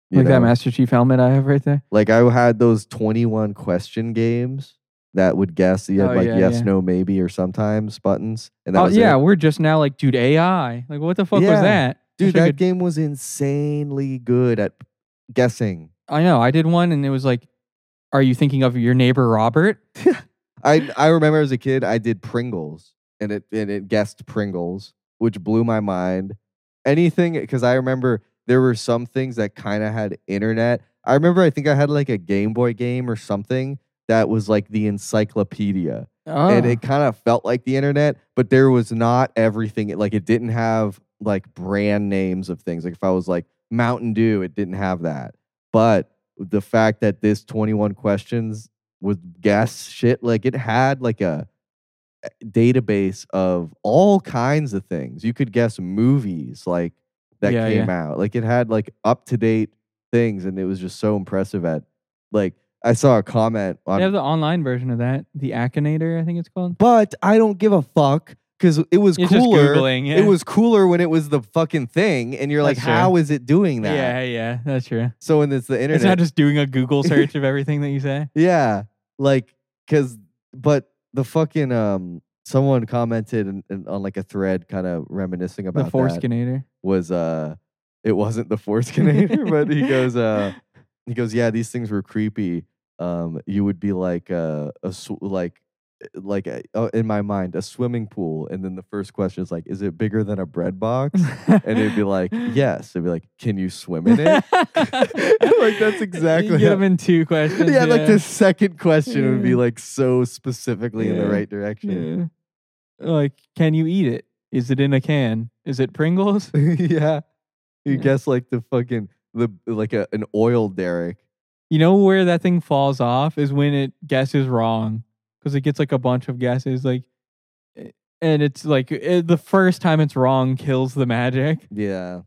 [SPEAKER 4] you
[SPEAKER 1] like that
[SPEAKER 4] know?
[SPEAKER 1] Master Chief helmet I have right there.
[SPEAKER 4] Like I had those 21 question games that would guess you had
[SPEAKER 1] Oh,
[SPEAKER 4] like
[SPEAKER 1] yeah,
[SPEAKER 4] yes,
[SPEAKER 1] yeah.
[SPEAKER 4] no, maybe or sometimes buttons. And that
[SPEAKER 1] Oh
[SPEAKER 4] was
[SPEAKER 1] yeah,
[SPEAKER 4] it.
[SPEAKER 1] we're just now like, dude, AI. Like what the fuck
[SPEAKER 4] Yeah.
[SPEAKER 1] was that? I
[SPEAKER 4] Dude,
[SPEAKER 1] wish I
[SPEAKER 4] that
[SPEAKER 1] could-
[SPEAKER 4] game was insanely good at guessing.
[SPEAKER 1] I know. I did one and it was like, Are you thinking of your neighbor Robert?
[SPEAKER 4] I I remember as a kid I did Pringles and it and it guessed Pringles, which blew my mind. Anything because I remember there were some things that kind of had internet. I remember I think I had like a Game Boy game or something that was like the encyclopedia.
[SPEAKER 1] Oh.
[SPEAKER 4] And it kind of felt like the internet, but there was not everything. Like it didn't have like brand names of things. Like if I was like Mountain Dew, it didn't have that. But the fact that this 21 questions was guess shit, like it had like a database of all kinds of things. You could guess movies like that
[SPEAKER 1] Yeah,
[SPEAKER 4] came out. Like it had like up to date things and it was just so impressive at like I saw a comment on
[SPEAKER 1] they have the online version of that. The Akinator, I think it's called.
[SPEAKER 4] but I don't give a fuck because it was
[SPEAKER 1] It's just
[SPEAKER 4] cooler.
[SPEAKER 1] Googling, yeah.
[SPEAKER 4] It was cooler when it was the fucking thing, and you're like,
[SPEAKER 1] That's
[SPEAKER 4] how
[SPEAKER 1] true.
[SPEAKER 4] is it doing that?
[SPEAKER 1] Yeah, yeah, that's true.
[SPEAKER 4] So when it's the internet,
[SPEAKER 1] It's not just doing a Google search of everything that you say.
[SPEAKER 4] yeah, like because but the fucking um someone commented in, in- on like a thread, kind of reminiscing
[SPEAKER 1] the
[SPEAKER 4] about that,
[SPEAKER 1] Forskinator.
[SPEAKER 4] was uh it wasn't the Forskinator, but he goes uh he goes yeah these things were creepy. Um, you would be like uh, a sw- like like uh, uh, in my mind a swimming pool, and then the first question is like, is it bigger than a bread box? And it'd be like, yes. It'd be like, can you swim in it? Like, that's exactly
[SPEAKER 1] You get
[SPEAKER 4] how-
[SPEAKER 1] them in two questions.
[SPEAKER 4] yeah, like the second question would be
[SPEAKER 1] Yeah.
[SPEAKER 4] like so specifically in the
[SPEAKER 1] Yeah.
[SPEAKER 4] right direction.
[SPEAKER 1] Yeah. Like, can you eat it? Is it in a can? Is it Pringles?
[SPEAKER 4] yeah, you
[SPEAKER 1] Yeah.
[SPEAKER 4] guess like the fucking the like a, an oil derrick.
[SPEAKER 1] You know where that thing falls off is when it guesses wrong because it gets like a bunch of guesses. Like, eh, and it's like eh, the first time it's wrong kills the magic.
[SPEAKER 4] Yeah.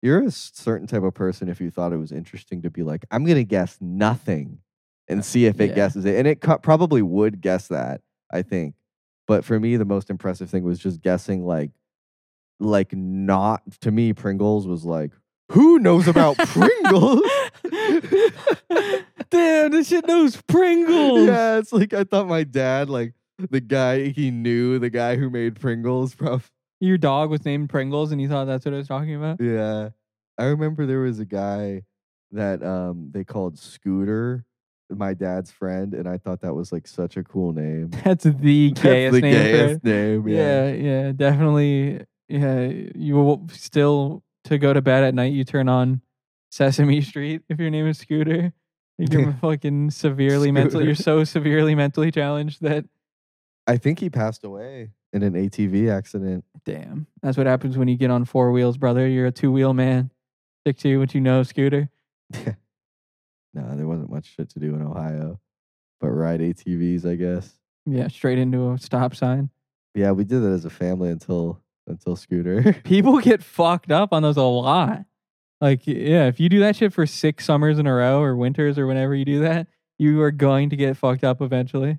[SPEAKER 4] You're a s- certain type of person if you thought it was interesting to be like, I'm going to guess nothing and see if it
[SPEAKER 1] Uh, yeah.
[SPEAKER 4] guesses it. And it co- probably would guess that, I think. But for me, the most impressive thing was just guessing like, like not to me, Pringles was like, who knows about Pringles?
[SPEAKER 1] Damn, this shit knows Pringles.
[SPEAKER 4] Yeah, it's like I thought my dad, like the guy he knew, the guy who made Pringles, probably.
[SPEAKER 1] Your dog was named Pringles and you thought that's what I was talking about?
[SPEAKER 4] Yeah. I remember there was a guy that um they called Scooter, my dad's friend, and I thought that was like such a cool name.
[SPEAKER 1] That's the
[SPEAKER 4] That's
[SPEAKER 1] gayest
[SPEAKER 4] the
[SPEAKER 1] name. for it.
[SPEAKER 4] gayest name. Yeah.
[SPEAKER 1] yeah. yeah, definitely. Yeah, you will still to go to bed at night. You turn on Sesame Street if your name is Scooter. You're fucking severely mentally. You're so severely mentally challenged that
[SPEAKER 4] I think he passed away in an ATV accident.
[SPEAKER 1] damn, that's what happens when you get on four wheels, brother. You're a two wheel man. Stick to what you know, Scooter.
[SPEAKER 4] No, there wasn't much shit to do in Ohio, but ride ATVs, I guess.
[SPEAKER 1] Yeah, straight into a stop sign.
[SPEAKER 4] Yeah, we did that as a family until until Scooter.
[SPEAKER 1] People get fucked up on those a lot. Like, yeah, if you do that shit for six summers in a row or winters or whenever you do that, you are going to get fucked up eventually.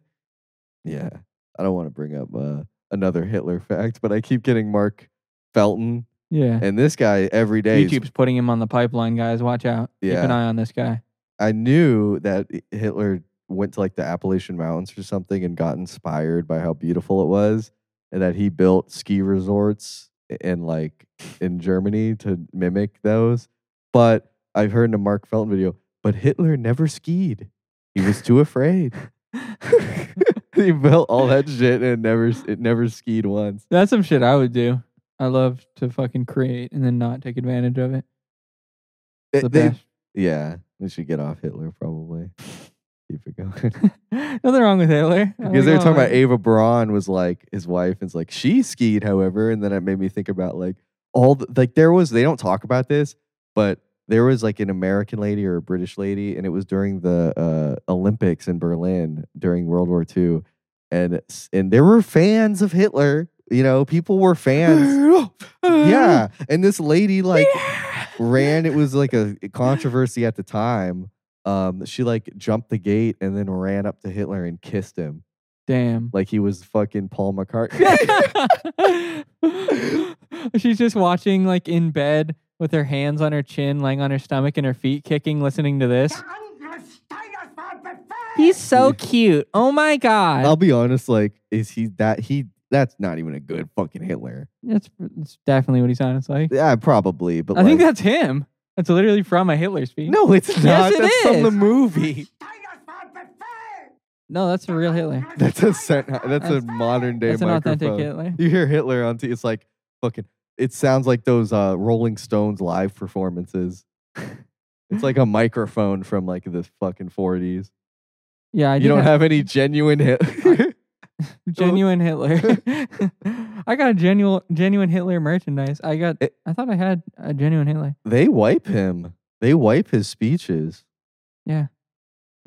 [SPEAKER 4] yeah, I don't want to bring up uh, another Hitler fact, but I keep getting Mark Felton,
[SPEAKER 1] Yeah.
[SPEAKER 4] and this guy every day is
[SPEAKER 1] YouTube's putting him on the pipeline, guys. Watch out. Keep an
[SPEAKER 4] Yeah.
[SPEAKER 1] eye on this guy.
[SPEAKER 4] I knew that I- Hitler went to like the Appalachian Mountains or something and got inspired by how beautiful it was, and that he built ski resorts i- in like in Germany to mimic those. But I've heard in a Mark Felton video, but Hitler never skied. He was too afraid. he built all that shit and never it never skied once.
[SPEAKER 1] That's some shit I would do. I love to fucking create and then not take advantage of it.
[SPEAKER 4] They-
[SPEAKER 1] The
[SPEAKER 4] they-
[SPEAKER 1] best.
[SPEAKER 4] yeah, we should get off Hitler probably. Keep it going.
[SPEAKER 1] Nothing wrong with Hitler. I
[SPEAKER 4] Because
[SPEAKER 1] think
[SPEAKER 4] they were talking
[SPEAKER 1] all
[SPEAKER 4] about
[SPEAKER 1] that-
[SPEAKER 4] Ava Braun was like his wife, and it's like she skied, however, and then it made me think about like all the, like there was they don't talk about this, but there was like an American lady or a British lady, and it was during the uh, Olympics in Berlin during World War II, and s- and there were fans of Hitler. You know, people were fans. yeah, and this lady like ran. It was like a controversy at the time. Um, she like jumped the gate and then ran up to Hitler and kissed him
[SPEAKER 1] Damn.
[SPEAKER 4] like he was fucking Paul McCartney.
[SPEAKER 1] She's just watching like in bed with her hands on her chin, laying on her stomach and her feet kicking, listening to this. He's so cute. Oh my
[SPEAKER 4] I'll
[SPEAKER 1] god.
[SPEAKER 4] be honest, like, is he that he? That's not even a good fucking Hitler.
[SPEAKER 1] That's, that's definitely what he sounds like.
[SPEAKER 4] Yeah, probably, but
[SPEAKER 1] I think
[SPEAKER 4] like-
[SPEAKER 1] that's him. That's literally from a Hitler speech.
[SPEAKER 4] no, it's
[SPEAKER 1] Yes,
[SPEAKER 4] not.
[SPEAKER 1] it
[SPEAKER 4] that's from the
[SPEAKER 1] is.
[SPEAKER 4] movie.
[SPEAKER 1] No, that's a real Hitler.
[SPEAKER 4] That's a sen- that's, a
[SPEAKER 1] That's-
[SPEAKER 4] modern day
[SPEAKER 1] That's an
[SPEAKER 4] microphone.
[SPEAKER 1] authentic Hitler.
[SPEAKER 4] You hear Hitler on t- it's like fucking. It sounds like those uh, Rolling Stones live performances. it's like a microphone from like the fucking forties.
[SPEAKER 1] Yeah, I
[SPEAKER 4] You
[SPEAKER 1] did
[SPEAKER 4] don't
[SPEAKER 1] have
[SPEAKER 4] have any genuine Hitler.
[SPEAKER 1] genuine Hitler. I got a genuine genuine Hitler merchandise. I got.
[SPEAKER 4] It-
[SPEAKER 1] I thought I had a genuine Hitler.
[SPEAKER 4] they wipe him. They wipe his speeches.
[SPEAKER 1] They're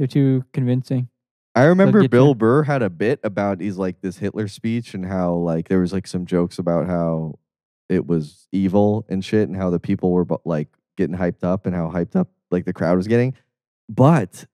[SPEAKER 1] too convincing.
[SPEAKER 4] I remember
[SPEAKER 1] get
[SPEAKER 4] Bill
[SPEAKER 1] you.
[SPEAKER 4] Burr had a bit about he's like this Hitler speech and how like there was like some jokes about how it was evil and shit and how the people were bu- like getting hyped up and how hyped up like the crowd was getting. But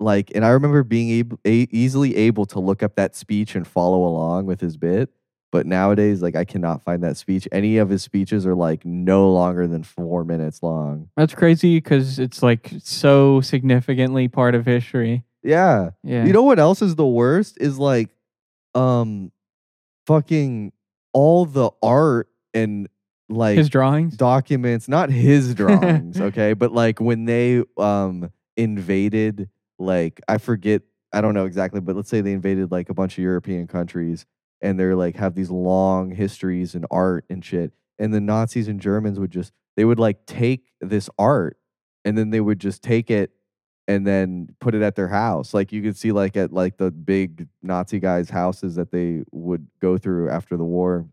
[SPEAKER 4] like, and I remember being able, a- easily able to look up that speech and follow along with his bit. But nowadays, like, I cannot find that speech. Any of his speeches are like no longer than four minutes long.
[SPEAKER 1] That's crazy because it's like so significantly part of history.
[SPEAKER 4] Yeah.
[SPEAKER 1] Yeah.
[SPEAKER 4] You know what else is the worst is like um fucking all the art and like
[SPEAKER 1] his drawings.
[SPEAKER 4] documents, not his drawings, okay? But like when they um invaded like I forget, I don't know exactly, but let's say they invaded like a bunch of European countries and they're like have these long histories and art and shit. And the Nazis and Germans would just they would like take this art and then they would just take it and then put it at their house. Like you could see like at like the big Nazi guys' houses that they would go through after the war.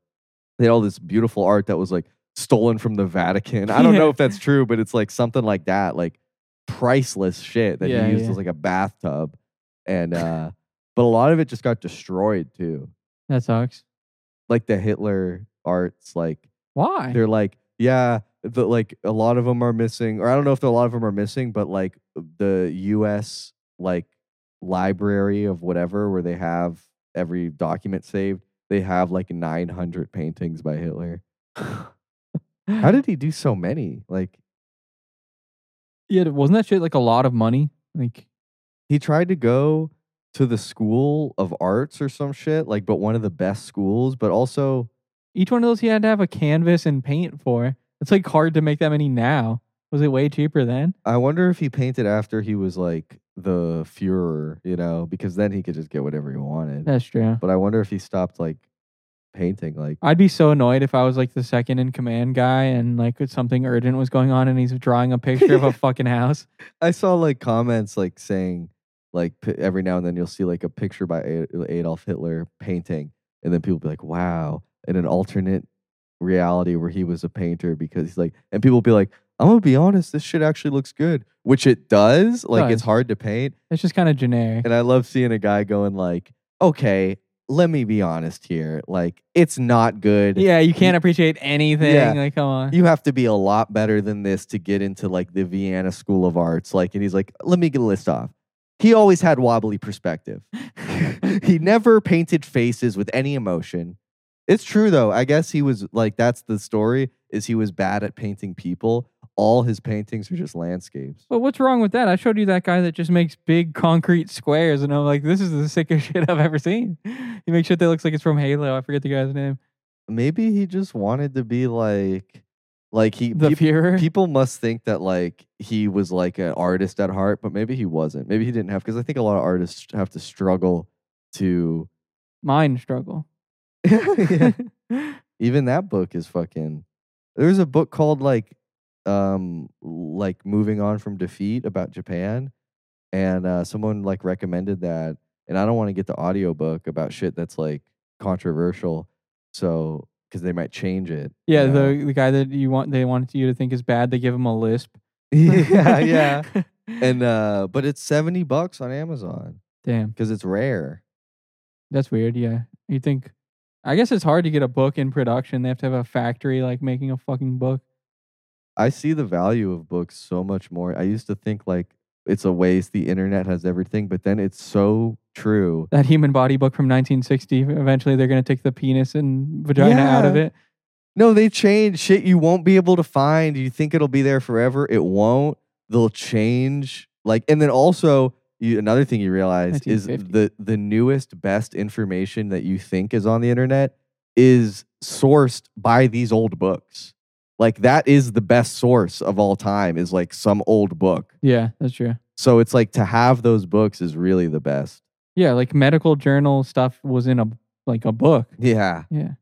[SPEAKER 4] They had all this beautiful art that was like stolen from the Vatican. I don't know
[SPEAKER 1] Yeah.
[SPEAKER 4] if that's true, but it's like something like that, like priceless shit that
[SPEAKER 1] Yeah,
[SPEAKER 4] he used
[SPEAKER 1] yeah.
[SPEAKER 4] as like a bathtub. And uh but a lot of it just got destroyed too.
[SPEAKER 1] that sucks.
[SPEAKER 4] Like the Hitler arts, like
[SPEAKER 1] Why?
[SPEAKER 4] they're like, yeah, the, like a lot of them are missing, or I don't know if a lot of them are missing, but like the U.S. like library of whatever where they have every document saved, they have like 900 paintings by Hitler. How did he do so many? Like
[SPEAKER 1] yeah, wasn't that shit like a lot of money? Like
[SPEAKER 4] he tried to go to the school of arts or some shit, like but one of the best schools, but also
[SPEAKER 1] each one of those he had to have a canvas and paint for. It's like hard to make that many now. Was it way cheaper then?
[SPEAKER 4] I wonder if he painted after he was like the Fuhrer, you know, because then he could just get whatever he wanted.
[SPEAKER 1] That's true.
[SPEAKER 4] But I wonder if he stopped like painting. Like,
[SPEAKER 1] I'd be so annoyed if I was like the second in command guy and like something urgent was going on and he's drawing a picture of a fucking house.
[SPEAKER 4] I saw like comments like saying, like p- every now and then you'll see like a picture by A- uh, Adolf Hitler painting, and then people be like, "Wow!" In an alternate reality where he was a painter, because he's like, and people be like, "I'm gonna be honest, this shit actually looks good," which it does. Like, it's
[SPEAKER 1] Does.
[SPEAKER 4] hard to paint,
[SPEAKER 1] It's just kind of generic.
[SPEAKER 4] and I love seeing a guy going like, "Okay." Let me be honest here. Like, it's not good.
[SPEAKER 1] Yeah, you can't appreciate anything.
[SPEAKER 4] Yeah.
[SPEAKER 1] Like, come on.
[SPEAKER 4] you have to be a lot better than this to get into like the Vienna School of Arts. Like, and he's like, let me get a list off. He always had wobbly perspective. he never painted faces with any emotion. It's true though. I guess he was like that's the story is he was bad at painting people. All his paintings are just landscapes.
[SPEAKER 1] But what's wrong with that? I showed you that guy that just makes big concrete squares, and I'm like, this is the sickest shit I've ever seen. He makes shit that looks like it's from Halo. I forget the guy's name.
[SPEAKER 4] Maybe he just wanted to be like like he
[SPEAKER 1] The
[SPEAKER 4] peop-
[SPEAKER 1] Fuhrer.
[SPEAKER 4] people must think that like he was like an artist at heart, but maybe he wasn't. Maybe he didn't have because I think a lot of artists have to struggle to
[SPEAKER 1] Mine struggle.
[SPEAKER 4] Yeah. even that book is fucking there's a book called like um like moving on from defeat about japan and uh someone like recommended that and i don't want to get the audiobook about shit that's like controversial so because they might change it you
[SPEAKER 1] Yeah,
[SPEAKER 4] know?
[SPEAKER 1] the the guy that you want they want you to think is bad, they give him a lisp.
[SPEAKER 4] yeah yeah and uh but it's 70 bucks on amazon
[SPEAKER 1] Damn,
[SPEAKER 4] because it's rare
[SPEAKER 1] that's weird. Yeah, you think? I guess it's hard to get a book in production. They have to have a factory like making a fucking book.
[SPEAKER 4] I see the value of books so much more. I used to think like it's a waste. The internet has everything, but then it's so true.
[SPEAKER 1] That human body book from 1960. Eventually, they're gonna take the penis and vagina out of
[SPEAKER 4] Yeah.
[SPEAKER 1] it.
[SPEAKER 4] No, they change shit. You won't be able to find. You think it'll be there forever? It won't. They'll change. Like, and then also you, another thing you realize is
[SPEAKER 1] 1950.
[SPEAKER 4] the the newest best information that you think is on the internet is sourced by these old books. Like that is the best source of all time. Is like some old book.
[SPEAKER 1] Yeah, that's true.
[SPEAKER 4] So it's like to have those books is really the best.
[SPEAKER 1] Yeah, like medical journal stuff was in a like a book.
[SPEAKER 4] Yeah.
[SPEAKER 1] Yeah.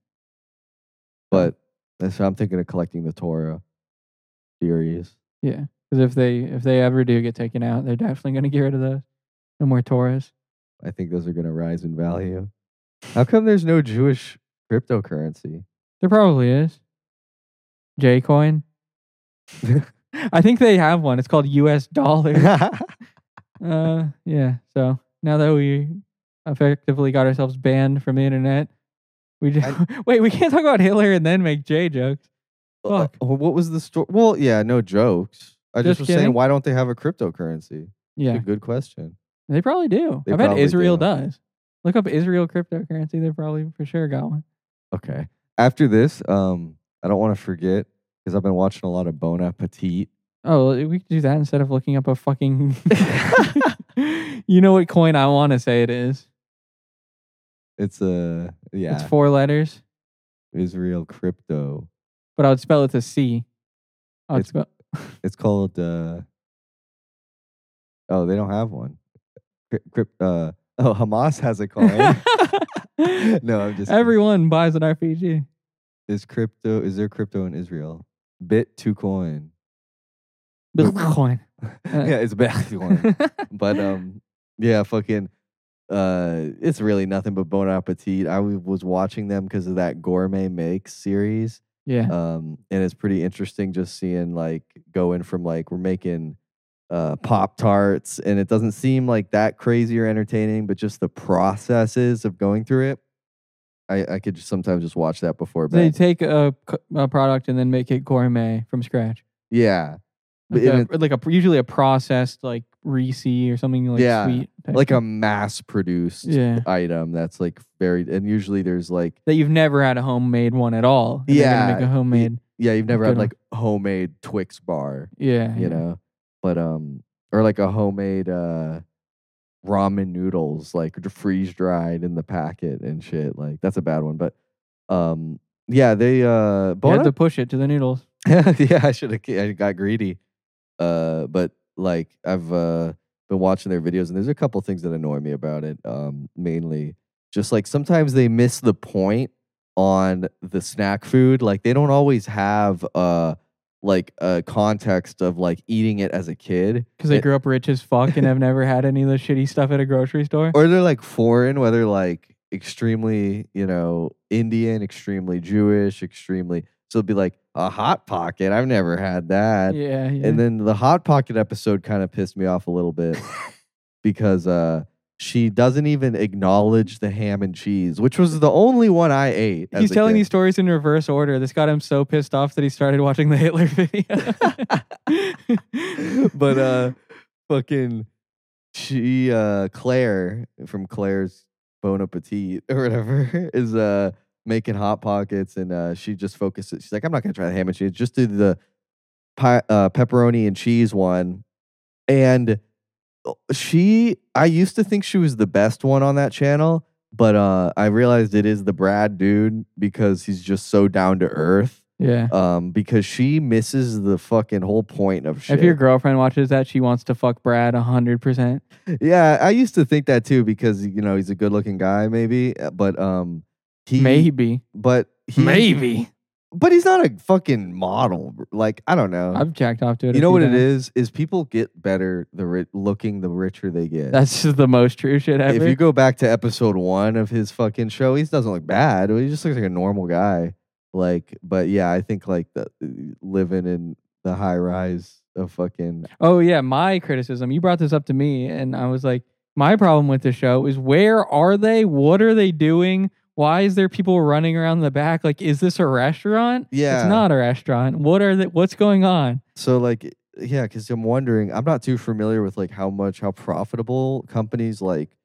[SPEAKER 4] But that's I'm thinking of collecting the Torah series.
[SPEAKER 1] Yeah, because if they if they ever do get taken out, they're definitely gonna get rid of those. No more Torahs.
[SPEAKER 4] I think those are going to rise in value. How come there's no Jewish cryptocurrency?
[SPEAKER 1] There probably is. J coin. I think they have one. It's called US dollar. uh, yeah. So now that we effectively got ourselves banned from the internet, we just, wait. We can't talk about Hitler and then make J jokes. Fuck.
[SPEAKER 4] Uh, what was the story? Well, yeah, no jokes. I just,
[SPEAKER 1] Just
[SPEAKER 4] was
[SPEAKER 1] kidding.
[SPEAKER 4] saying, why don't they have a cryptocurrency? It's
[SPEAKER 1] Yeah,
[SPEAKER 4] a good question.
[SPEAKER 1] they probably do.
[SPEAKER 4] They
[SPEAKER 1] I bet
[SPEAKER 4] probably
[SPEAKER 1] Israel
[SPEAKER 4] do.
[SPEAKER 1] does. Look up Israel cryptocurrency. They probably for sure got one.
[SPEAKER 4] Okay. After this, um, I don't want to forget because I've been watching a lot of Bon Appetit.
[SPEAKER 1] Oh, well, we could do that instead of looking up a fucking. you know what coin I want to say it is?
[SPEAKER 4] It's a yeah,
[SPEAKER 1] It's four letters.
[SPEAKER 4] Israel crypto.
[SPEAKER 1] but I would spell it to C. I would
[SPEAKER 4] It's-
[SPEAKER 1] spell-
[SPEAKER 4] It's called. Uh, oh, they don't have one. Cryp, cryp, uh, oh, Hamas has a coin. no, I'm just every
[SPEAKER 1] Everyone buys an RPG.
[SPEAKER 4] is crypto. Is there crypto in Israel? Bit to coin.
[SPEAKER 1] Bitcoin.
[SPEAKER 4] yeah, it's bit to coin. but um, yeah, fucking. Uh, it's really nothing but bon appetit. I w- was watching them because of that gourmet makes series.
[SPEAKER 1] yeah.
[SPEAKER 4] um, and it's pretty interesting just seeing like going from like we're making uh, pop tarts and it doesn't seem like that crazy or entertaining but just the processes of going through it i, I could just sometimes just watch that before
[SPEAKER 1] they
[SPEAKER 4] bed
[SPEAKER 1] take a, c- a product and then make it gourmet from scratch.
[SPEAKER 4] yeah But
[SPEAKER 1] Like,
[SPEAKER 4] in
[SPEAKER 1] a,
[SPEAKER 4] it-
[SPEAKER 1] like a usually a processed like Reese or something like
[SPEAKER 4] Yeah,
[SPEAKER 1] sweet. type
[SPEAKER 4] like a
[SPEAKER 1] thing.
[SPEAKER 4] mass produced
[SPEAKER 1] yeah
[SPEAKER 4] item that's like very and usually there's like
[SPEAKER 1] that you've never had a homemade one at all. and they're gonna
[SPEAKER 4] Yeah,
[SPEAKER 1] make a homemade.
[SPEAKER 4] yeah you've never had
[SPEAKER 1] Good one.
[SPEAKER 4] like homemade twix bar
[SPEAKER 1] Yeah, yeah.
[SPEAKER 4] you know but um or like a homemade uh ramen noodles like freeze dried in the packet and shit like that's a bad one but um yeah they uh
[SPEAKER 1] You
[SPEAKER 4] bon
[SPEAKER 1] have to push it to the noodles.
[SPEAKER 4] yeah i should have i got greedy uh but like i've uh been watching their videos and there's a couple things that annoy me about it um mainly just like sometimes they miss the point on the snack food like they don't always have uh like a context of like eating it as a kid eh,
[SPEAKER 1] Because they
[SPEAKER 4] It-
[SPEAKER 1] grew up rich as fuck and have never had any of the shitty stuff at a grocery store.
[SPEAKER 4] or they're like foreign whether like extremely you know indian extremely jewish extremely so it'd be like a hot pocket i've never had that
[SPEAKER 1] yeah, yeah.
[SPEAKER 4] And then the Hot Pocket episode kind of pissed me off a little bit because uh, she doesn't even acknowledge the ham and cheese, which was the only one I ate. as
[SPEAKER 1] He's
[SPEAKER 4] a
[SPEAKER 1] telling
[SPEAKER 4] kid.
[SPEAKER 1] these stories in reverse order. This got him so pissed off that he started watching the Hitler video.
[SPEAKER 4] but uh, fucking she, uh, Claire from Claire's Bon Appetit or whatever is uh making Hot Pockets, and uh, she just focuses. She's like, I'm not gonna try the ham and cheese. Just do the pi- uh, pepperoni and cheese one, and uh, she. I used to think she was the best one on that channel, but uh, I realized it is the Brad dude because he's just so down to earth.
[SPEAKER 1] Yeah.
[SPEAKER 4] um, because she misses the fucking whole point of shit.
[SPEAKER 1] If your girlfriend watches that, she wants to fuck Brad 100%.
[SPEAKER 4] yeah, I used to think that too because you know he's a good-looking guy, maybe, uh, but um, he
[SPEAKER 1] Maybe.
[SPEAKER 4] but he, but he's not a fucking model. br- Like I don't know.
[SPEAKER 1] I've jacked off to it. a
[SPEAKER 4] you know
[SPEAKER 1] few
[SPEAKER 4] what it
[SPEAKER 1] times.
[SPEAKER 4] is? Is people get better the ri- looking the richer they get.
[SPEAKER 1] That's just the most true shit ever.
[SPEAKER 4] if you go back to episode one of his fucking show, he doesn't look bad. He just looks like a normal guy. Like, but yeah, I think like the uh, living in the high rise of fucking
[SPEAKER 1] oh, yeah. My criticism, you brought this up to me, and I was like, my problem with the show is where are they? What are they doing? Why is there people running around the back? Like, is this a restaurant?
[SPEAKER 4] yeah.
[SPEAKER 1] It's not a restaurant. What are the, What's going on?
[SPEAKER 4] So like yeah, because I'm wondering. I'm not too familiar with like how much how profitable companies like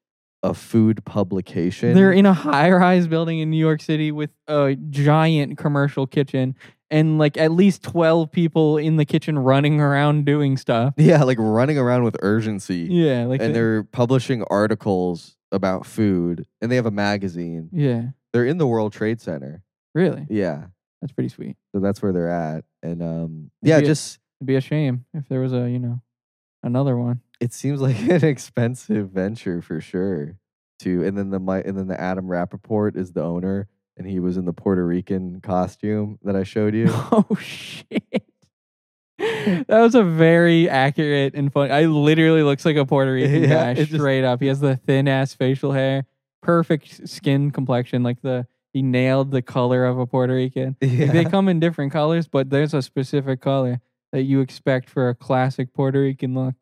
[SPEAKER 4] a food publication.
[SPEAKER 1] They're in a high-rise building in New York City with a giant commercial kitchen and like at least 12 people in the kitchen running around doing stuff.
[SPEAKER 4] yeah, like running around with urgency.
[SPEAKER 1] Yeah, like
[SPEAKER 4] and
[SPEAKER 1] the-
[SPEAKER 4] they're publishing articles about food and they have a magazine.
[SPEAKER 1] Yeah,
[SPEAKER 4] They're in the World Trade Center.
[SPEAKER 1] really.
[SPEAKER 4] Yeah.
[SPEAKER 1] That's pretty sweet.
[SPEAKER 4] So that's where they're at. And um
[SPEAKER 1] It'd
[SPEAKER 4] yeah,
[SPEAKER 1] be a-
[SPEAKER 4] just
[SPEAKER 1] It'd be a shame if there was a, you know, another one.
[SPEAKER 4] it seems like an expensive venture for sure. To and then the mi- and then the Adam Rappaport is the owner and he was in the Puerto Rican costume that I showed you.
[SPEAKER 1] Oh shit. That was a very accurate and fun. I literally looks like a Puerto Rican
[SPEAKER 4] Yeah,
[SPEAKER 1] guy
[SPEAKER 4] it just-
[SPEAKER 1] straight up. He has the thin ass facial hair, perfect s- skin complexion, like the he nailed the color of a Puerto Rican. Like, they
[SPEAKER 4] Yeah.
[SPEAKER 1] come in different colors, but there's a specific color that you expect for a classic Puerto Rican look.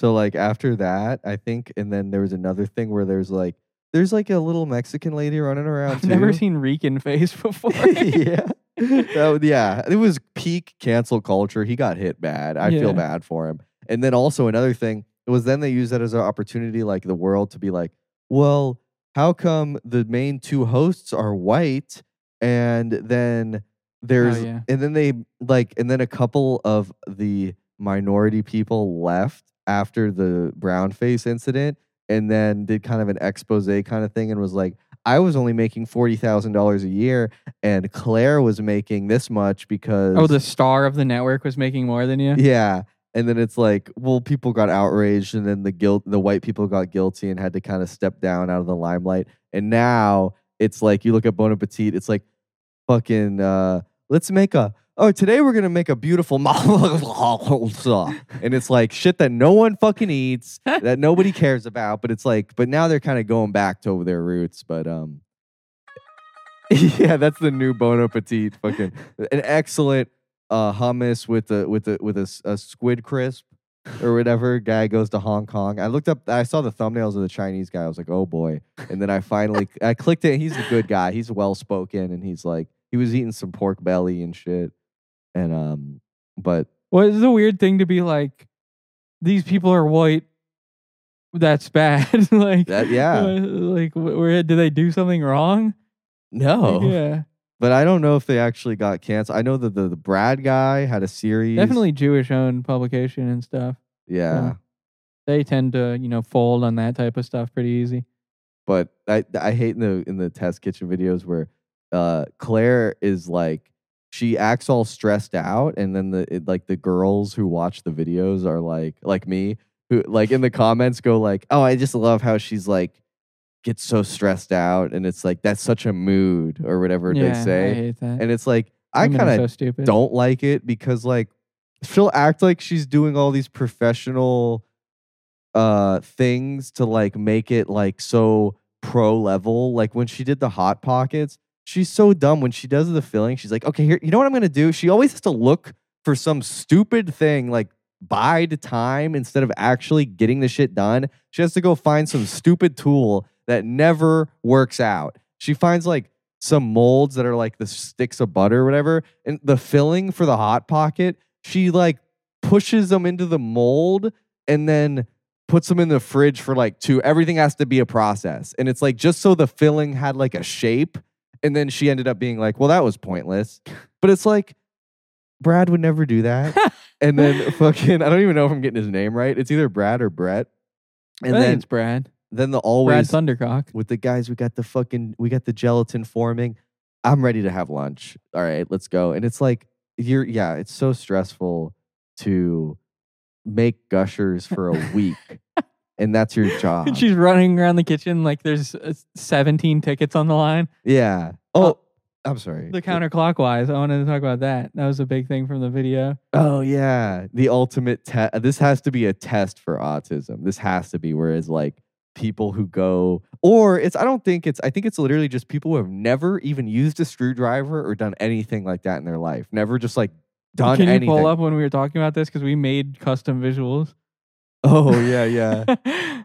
[SPEAKER 4] So like after that, I think and then there was another thing where there's like there's like a little Mexican lady running around
[SPEAKER 1] I've never
[SPEAKER 4] Oh, too.
[SPEAKER 1] seen Rican face before.
[SPEAKER 4] yeah. That was- yeah, it was peak cancel culture. He got hit bad. I
[SPEAKER 1] Yeah.
[SPEAKER 4] feel bad for him. And then also another thing was then they used that as an opportunity, like the world to be like, well, how come the main two hosts are white, and then there's
[SPEAKER 1] Oh, yeah.
[SPEAKER 4] and then they like and then a couple of the minority people left after the brown face incident, and then did kind of an expose kind of thing and was like. I was only making forty thousand dollars a year, and Claire was making this much because
[SPEAKER 1] Oh, the star of the network was making more than you.
[SPEAKER 4] yeah. And then it's like, well, people got outraged, and then the guilt, the white people got guilty and had to kind of step down out of the limelight. And now it's like you look at Bon Appetit, it's like fucking uh, let's make a oh today we're gonna make a beautiful and it's like shit that no one fucking eats that nobody cares about. But it's like, but now they're kind of going back to their roots. But um, yeah, that's the new Bon Appetit fucking an excellent uh, hummus with a with a with a, s- a squid crisp or whatever. guy goes to Hong Kong. I looked up. I saw the thumbnails of the Chinese guy. I was like, oh boy. And then I finally I clicked it. He's a good guy. He's well spoken, and he's like he was eating some pork belly and shit. And um, but
[SPEAKER 1] Well, it's a weird thing to be like, these people are white. That's bad. like
[SPEAKER 4] That- yeah.
[SPEAKER 1] uh, Like, wh- where did they do something wrong?
[SPEAKER 4] no,
[SPEAKER 1] Yeah,
[SPEAKER 4] but I don't know if they actually got canceled. I know that the, the Brad guy had a series.
[SPEAKER 1] definitely Jewish-owned publication and stuff.
[SPEAKER 4] yeah.
[SPEAKER 1] Yeah. They tend to, you know, fold on that type of stuff pretty easy.
[SPEAKER 4] but I I hate in the in the test kitchen videos where uh Claire is like she acts all stressed out and then the it, like the girls who watch the videos are like like me who like in the comments go like oh I just love how she's like gets so stressed out and it's like that's such a mood or whatever
[SPEAKER 1] yeah,
[SPEAKER 4] they
[SPEAKER 1] I
[SPEAKER 4] say
[SPEAKER 1] hate that.
[SPEAKER 4] and it's like I
[SPEAKER 1] Women are
[SPEAKER 4] kind of
[SPEAKER 1] so stupid.
[SPEAKER 4] don't like it because like she'll act like she's doing all these professional uh things to like make it like so pro level like when she did the hot pockets she's so dumb when she does the filling she's like okay here you know what i'm gonna do she always has to look for some stupid thing like bide time instead of actually getting the shit done she has to go find some stupid tool that never works out she finds like some molds that are like the sticks of butter or whatever and the filling for the hot pocket she like pushes them into the mold and then puts them in the fridge for like two everything has to be a process and it's like just so the filling had like a shape and then she ended up being like well that was pointless but it's like brad would never do that and then fucking i don't even know if i'm getting his name right it's either brad or brett and
[SPEAKER 1] I think
[SPEAKER 4] then
[SPEAKER 1] it's Brad.
[SPEAKER 4] then the
[SPEAKER 1] Brad
[SPEAKER 4] always
[SPEAKER 1] Thundercock.
[SPEAKER 4] with the guys we got the fucking we got the gelatin forming I'm ready to have lunch. All right, let's go. And it's like you're yeah, it's so stressful to make gushers for a week. and that's your job.
[SPEAKER 1] And she's running around the kitchen like there's uh, 17 tickets on the line.
[SPEAKER 4] yeah. Oh, I'm sorry.
[SPEAKER 1] The counterclockwise. I wanted to talk about that. That was a big thing from the video.
[SPEAKER 4] Oh yeah, the ultimate test. This has to be a test for autism. This has to be whereas like people who go or it's I don't think it's I think it's literally just people who have never even used a screwdriver or done anything like that in their life. Never just like done
[SPEAKER 1] Can you
[SPEAKER 4] anything.
[SPEAKER 1] pull up when we were talking about this because we made custom visuals?
[SPEAKER 4] Oh yeah, yeah.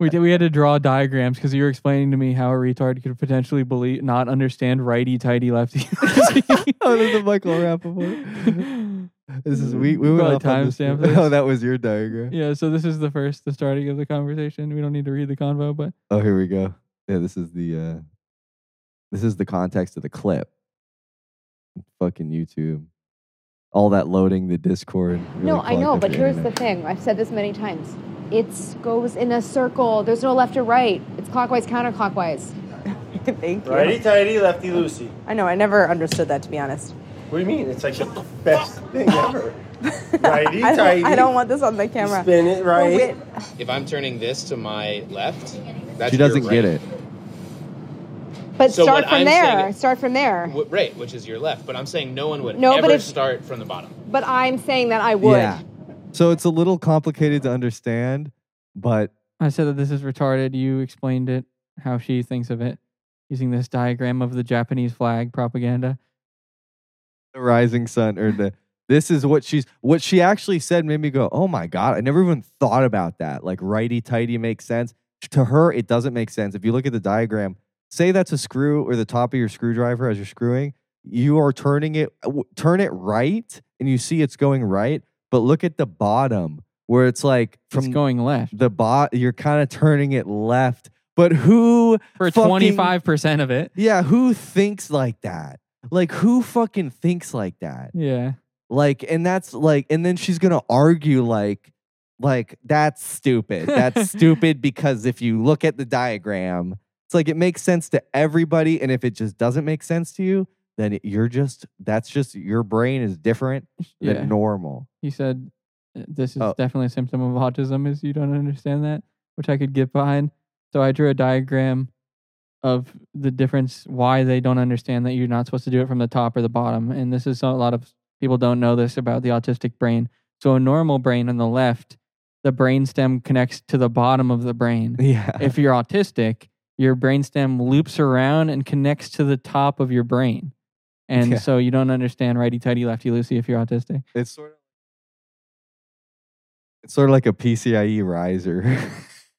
[SPEAKER 1] we did. We had to draw diagrams because you were explaining to me how a retard could potentially believe not understand righty tighty lefty.
[SPEAKER 4] Out of the Oh, Michael Rappaport. This is we we went
[SPEAKER 1] Probably
[SPEAKER 4] off on this-
[SPEAKER 1] timestamp
[SPEAKER 4] Oh,
[SPEAKER 1] this.
[SPEAKER 4] that was your diagram.
[SPEAKER 1] yeah. So this is the first, the starting of the conversation. We don't need to read the convo, but
[SPEAKER 4] Oh, here we go. Yeah, this is the uh this is the context of the clip. Fucking YouTube. All that loading the Discord. really
[SPEAKER 8] no, I
[SPEAKER 4] clogged
[SPEAKER 8] know,
[SPEAKER 4] up
[SPEAKER 8] but here's the
[SPEAKER 4] internet.
[SPEAKER 8] thing. I've said this many times. It goes in a circle. There's no left or right. It's clockwise, counterclockwise. Thank you.
[SPEAKER 11] Righty tighty, lefty loosey.
[SPEAKER 8] I know. I never understood that, to be honest.
[SPEAKER 11] What do you mean? It's like the best thing ever. Righty
[SPEAKER 8] I
[SPEAKER 11] tighty.
[SPEAKER 8] don't, I don't want this on the camera.
[SPEAKER 11] Spin it
[SPEAKER 8] Well,
[SPEAKER 11] right.
[SPEAKER 8] wait,
[SPEAKER 12] If I'm turning this to my left, that's
[SPEAKER 4] She
[SPEAKER 12] your
[SPEAKER 4] doesn't
[SPEAKER 12] right.
[SPEAKER 4] get it.
[SPEAKER 8] but
[SPEAKER 12] So
[SPEAKER 8] start
[SPEAKER 12] what
[SPEAKER 8] from
[SPEAKER 12] I'm
[SPEAKER 8] there.
[SPEAKER 12] saying-
[SPEAKER 8] Start from there.
[SPEAKER 12] W- right, which is your left. But I'm saying no one would
[SPEAKER 8] No, but
[SPEAKER 12] ever
[SPEAKER 8] if-
[SPEAKER 12] start from the bottom.
[SPEAKER 8] But I'm saying that I would.
[SPEAKER 4] Yeah. So it's a little complicated to understand, but
[SPEAKER 1] I said that this is retarded. You explained it how she thinks of it using this diagram of the Japanese flag propaganda.
[SPEAKER 4] the rising sun or the this is what she's what she actually said made me go, oh my god, I never even thought about that. Like righty tighty makes sense. To her, it doesn't make sense. If you look at the diagram, say that's a screw or the top of your screwdriver as you're screwing, you are turning it w- turn it right, and you see it's going right. But look at the bottom where it's like from
[SPEAKER 1] it's going left
[SPEAKER 4] the bot, you're kind of turning it left. But who
[SPEAKER 1] for
[SPEAKER 4] fucking-
[SPEAKER 1] twenty five percent of it.
[SPEAKER 4] Yeah, who thinks like that? Like who fucking thinks like that?
[SPEAKER 1] Yeah.
[SPEAKER 4] Like, and that's like, and then she's gonna argue like, like that's stupid. That's stupid because if you look at the diagram, it's like it makes sense to everybody, and if it just doesn't make sense to you, then it- you're just that's just your brain is different
[SPEAKER 1] Yeah.
[SPEAKER 4] than normal.
[SPEAKER 1] He said, uh, "This is
[SPEAKER 4] Oh.
[SPEAKER 1] definitely a symptom of autism. Is you don't understand that, which I could get behind." So I drew a diagram of the difference why they don't understand that you're not supposed to do it from the top or the bottom. And this is so- a lot of people don't know this about the autistic brain. So a normal brain on the left, the brainstem connects to the bottom of the brain.
[SPEAKER 4] Yeah,
[SPEAKER 1] if you're autistic, your brainstem loops around and connects to the top of your brain. And
[SPEAKER 4] Yeah.
[SPEAKER 1] so you don't understand righty tighty, lefty loosey if you're autistic.
[SPEAKER 4] it's sort of it's sort of like a PCIe E riser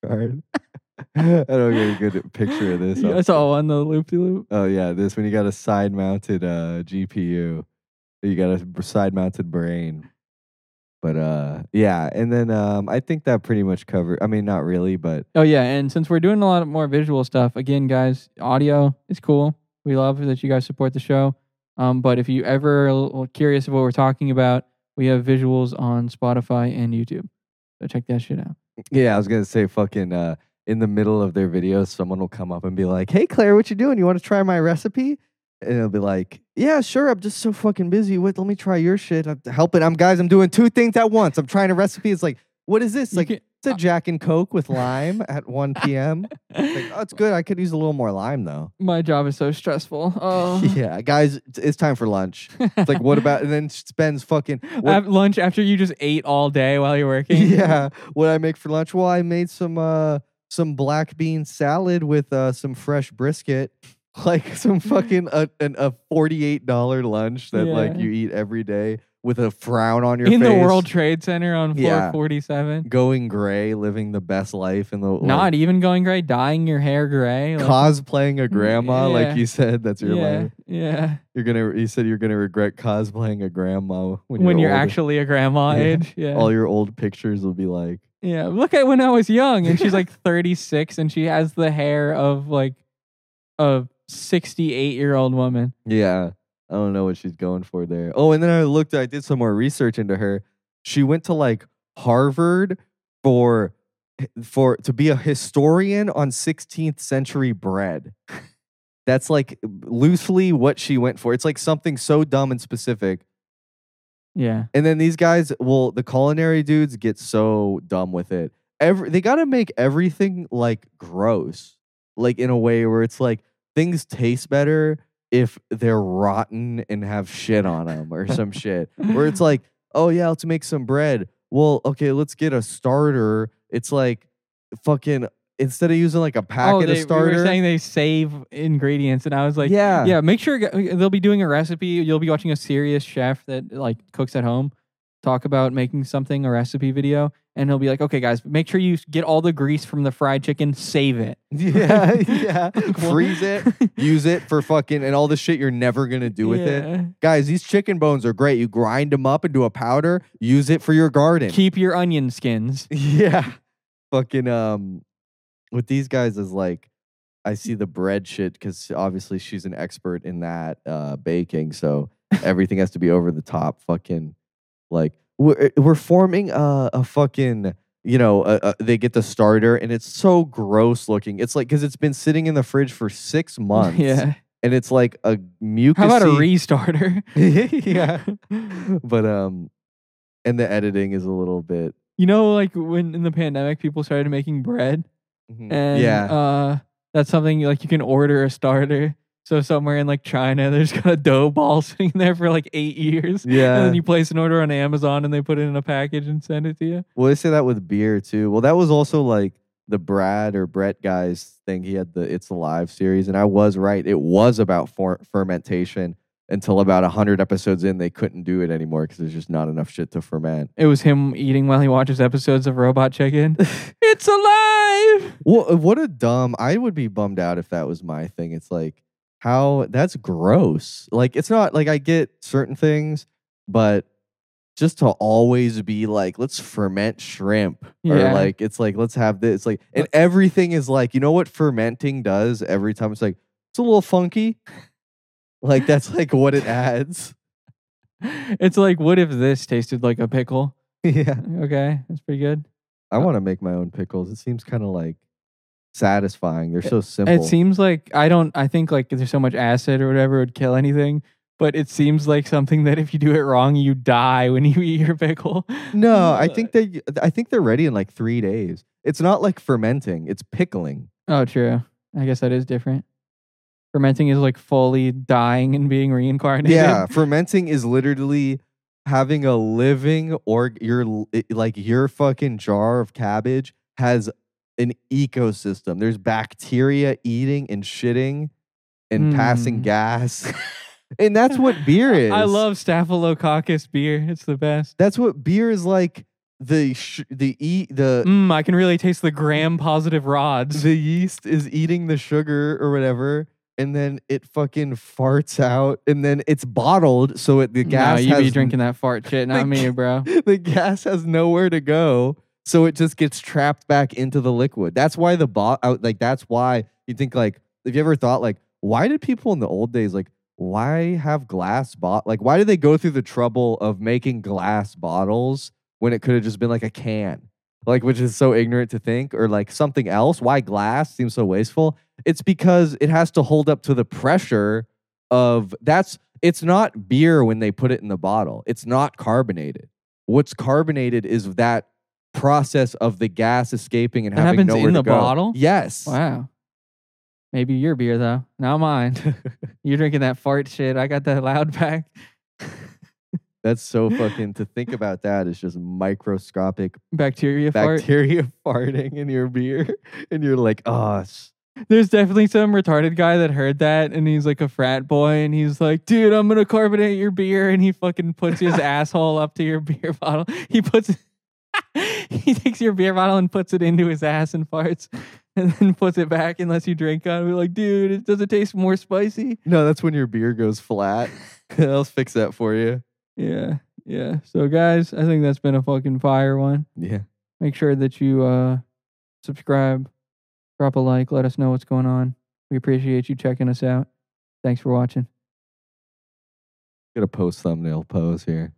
[SPEAKER 4] card. I don't get a good picture of this.
[SPEAKER 1] Yeah,
[SPEAKER 4] I'll-
[SPEAKER 1] it's all on the loop de loop.
[SPEAKER 4] Oh yeah, this when you got a side mounted uh GPU, you got a side mounted brain. But uh yeah, and then um I think that pretty much covered I mean not really, but
[SPEAKER 1] Oh yeah, and since we're doing a lot of more visual stuff, again, guys, audio is cool. We love that you guys support the show. Um, but if you ever are curious of what we're talking about, we have visuals on Spotify and YouTube. So check that shit out.
[SPEAKER 4] yeah, I was gonna say fucking uh in the middle of their videos, someone will come up and be like, Hey Claire, what you doing? You wanna try my recipe? And it'll be like, Yeah, sure, I'm just so fucking busy. Wait, let me try your shit. I'm helping I'm guys, I'm doing two things at once. I'm trying a recipe. It's like, what is this?
[SPEAKER 1] You
[SPEAKER 4] Like
[SPEAKER 1] can-
[SPEAKER 4] it's a Jack and Coke with lime at 1 p.m. Like, oh, it's good. I could use a little more lime though.
[SPEAKER 1] My job is so stressful. Oh,
[SPEAKER 4] Yeah, guys, it's- it's time for lunch. It's like, what about? And then she spends fucking. What,
[SPEAKER 1] Have lunch after you just ate all day while you're working.
[SPEAKER 4] yeah, what I make for lunch? Well, I made some uh some black bean salad with uh some fresh brisket, like some fucking a, an, a forty eight dollar lunch that like
[SPEAKER 1] Yeah.
[SPEAKER 4] you eat every day with a frown on your
[SPEAKER 1] in
[SPEAKER 4] face.
[SPEAKER 1] the World Trade Center on floor
[SPEAKER 4] Yeah.
[SPEAKER 1] 47.
[SPEAKER 4] going gray, living the best life in the like,
[SPEAKER 1] Not even going gray, dyeing your hair gray. like-
[SPEAKER 4] cosplaying a grandma,
[SPEAKER 1] Yeah.
[SPEAKER 4] like you said. That's your
[SPEAKER 1] yeah,
[SPEAKER 4] life.
[SPEAKER 1] yeah.
[SPEAKER 4] You're gonna. You said you're gonna regret cosplaying a grandma when
[SPEAKER 1] When, you're,
[SPEAKER 4] older.
[SPEAKER 1] actually a grandma
[SPEAKER 4] Yeah.
[SPEAKER 1] age. Yeah.
[SPEAKER 4] all your old pictures will be like
[SPEAKER 1] yeah. Look at when I was young and she's like 36 and she has the hair of like a 68 year old woman.
[SPEAKER 4] Yeah. I don't know what she's going for there. Oh, and then I looked, I did some more research into her. She went to like Harvard for for to be a historian on 16th century bread. That's like loosely what she went for. It's like something so dumb and specific.
[SPEAKER 1] Yeah.
[SPEAKER 4] And then these guys, well, the culinary dudes get so dumb with it. Every they got to make everything like gross, like in a way where it's like things taste better if they're rotten and have shit on them or some shit. Where it's like, oh yeah, let's make some bread. Well, okay, let's get a starter. It's like fucking instead of using like a packet
[SPEAKER 1] oh, they,
[SPEAKER 4] of starter.
[SPEAKER 1] We were saying they save ingredients, and I was like,
[SPEAKER 4] Yeah.
[SPEAKER 1] yeah. Make sure they'll be doing a recipe. You'll be watching a serious chef that like cooks at home talk about making something a recipe video, and he'll be like, okay, guys, make sure you get all the grease from the fried chicken, save it.
[SPEAKER 4] yeah, yeah. Freeze it, use it for fucking, and all the shit you're never gonna do with
[SPEAKER 1] Yeah.
[SPEAKER 4] it. Guys, these chicken bones are great. You grind them up into a powder, use it for your garden.
[SPEAKER 1] Keep your onion skins.
[SPEAKER 4] Yeah. Fucking um with these guys is like I see the bread shit because obviously she's an expert in that uh baking, so everything has to be over the top fucking like we're eh, we're forming a, a fucking you know a, a- they get the starter and it's so gross looking it's like because it's been sitting in the fridge for six months
[SPEAKER 1] Yeah.
[SPEAKER 4] and it's like a mucus
[SPEAKER 1] How about a restarter?
[SPEAKER 4] yeah but um and the editing is a little bit
[SPEAKER 1] You know, like when in the pandemic, people started making bread, and
[SPEAKER 4] mm-hmm, Yeah.
[SPEAKER 1] uh, that's something like you can order a starter. So somewhere in like China, there's got a dough ball sitting there for like eight years.
[SPEAKER 4] Yeah.
[SPEAKER 1] and then you place an order on Amazon, and they put it in a package and send it to you.
[SPEAKER 4] Well, they say that with beer too. Well, that was also like the Brad or Brett guys thing. He had the It's Alive series, and I was right. It was about for- fermentation until about hundred episodes in. They couldn't do it anymore because there's just not enough shit to ferment.
[SPEAKER 1] It was him eating while he watches episodes of Robot Chicken. it's alive.
[SPEAKER 4] Well, what a dumb! I would be bummed out if that was my thing. It's like how that's gross. Like it's not like I get certain things, but just to always be like, let's ferment shrimp, or
[SPEAKER 1] Yeah. Uh
[SPEAKER 4] like it's like let's have this. Like and everything is like you know what fermenting does every time. It's like it's a little funky. Like that's like what it adds.
[SPEAKER 1] It's like, what if this tasted like a pickle?
[SPEAKER 4] yeah,
[SPEAKER 1] Okay, that's pretty good. Uh
[SPEAKER 4] I want to make my own pickles. It seems kind of like satisfying. They're so simple.
[SPEAKER 1] It seems like I don't. I think like there's so much acid or whatever would kill anything. But it seems like something that if you do it wrong, you die when you eat your pickle.
[SPEAKER 4] No, I think they I think they're ready in like three days. It's not like fermenting, it's pickling.
[SPEAKER 1] Oh, true. I guess that is different. Fermenting is like fully dying and being reincarnated.
[SPEAKER 4] Yeah, fermenting is literally having a living or your l- it- like your fucking jar of cabbage has an ecosystem. There's bacteria eating and shitting and passing gas. and that's what beer is.
[SPEAKER 1] Hmm. I love Staphylococcus beer. It's the best.
[SPEAKER 4] That's what beer is like the sh- the e the
[SPEAKER 1] Mm, I can really taste the gram positive rods.
[SPEAKER 4] the yeast is eating the sugar or whatever and then it fucking farts out and then it's bottled so it the gas
[SPEAKER 1] no, you
[SPEAKER 4] has
[SPEAKER 1] be drinking that fart shit, not me, bro.
[SPEAKER 4] the gas has nowhere to go so it just gets trapped back into the liquid that's why the bot like that's why you think like have you ever thought like why did people in the old days like why have glass bot like why did they go through the trouble of making glass bottles when it could have just been like a can like which is so ignorant to think or like something else why glass seems so wasteful it's because it has to hold up to the pressure of that's it's not beer when they put it in the bottle it's not carbonated what's carbonated is that process of the gas escaping and
[SPEAKER 1] That happens
[SPEAKER 4] having nowhere
[SPEAKER 1] in
[SPEAKER 4] to
[SPEAKER 1] the
[SPEAKER 4] go.
[SPEAKER 1] bottle?
[SPEAKER 4] yes
[SPEAKER 1] Wow. Maybe your beer though, not mine. You're drinking that fart shit. I got that loud pack.
[SPEAKER 4] that's so fucking to think about that is just microscopic
[SPEAKER 1] Bacteria fart.
[SPEAKER 4] bacteria farting in your beer and you're like oh s-
[SPEAKER 1] There's definitely some retarded guy that heard that and he's like a frat boy and he's like, dude, I'm gonna carbonate your beer and he fucking puts his asshole up to your beer bottle. He puts he takes your beer bottle and puts it into his ass and farts and then puts it back unless you drink on it. We're like, dude, it does it taste more spicy?
[SPEAKER 4] no that's when your beer goes flat i'll fix that for you
[SPEAKER 1] Yeah. Yeah. So guys, I think that's been a fucking fire one.
[SPEAKER 4] yeah
[SPEAKER 1] make sure that you uh, subscribe, drop a like, let us know what's going on. We appreciate you checking us out. Thanks for watching.
[SPEAKER 4] Get a post thumbnail pose here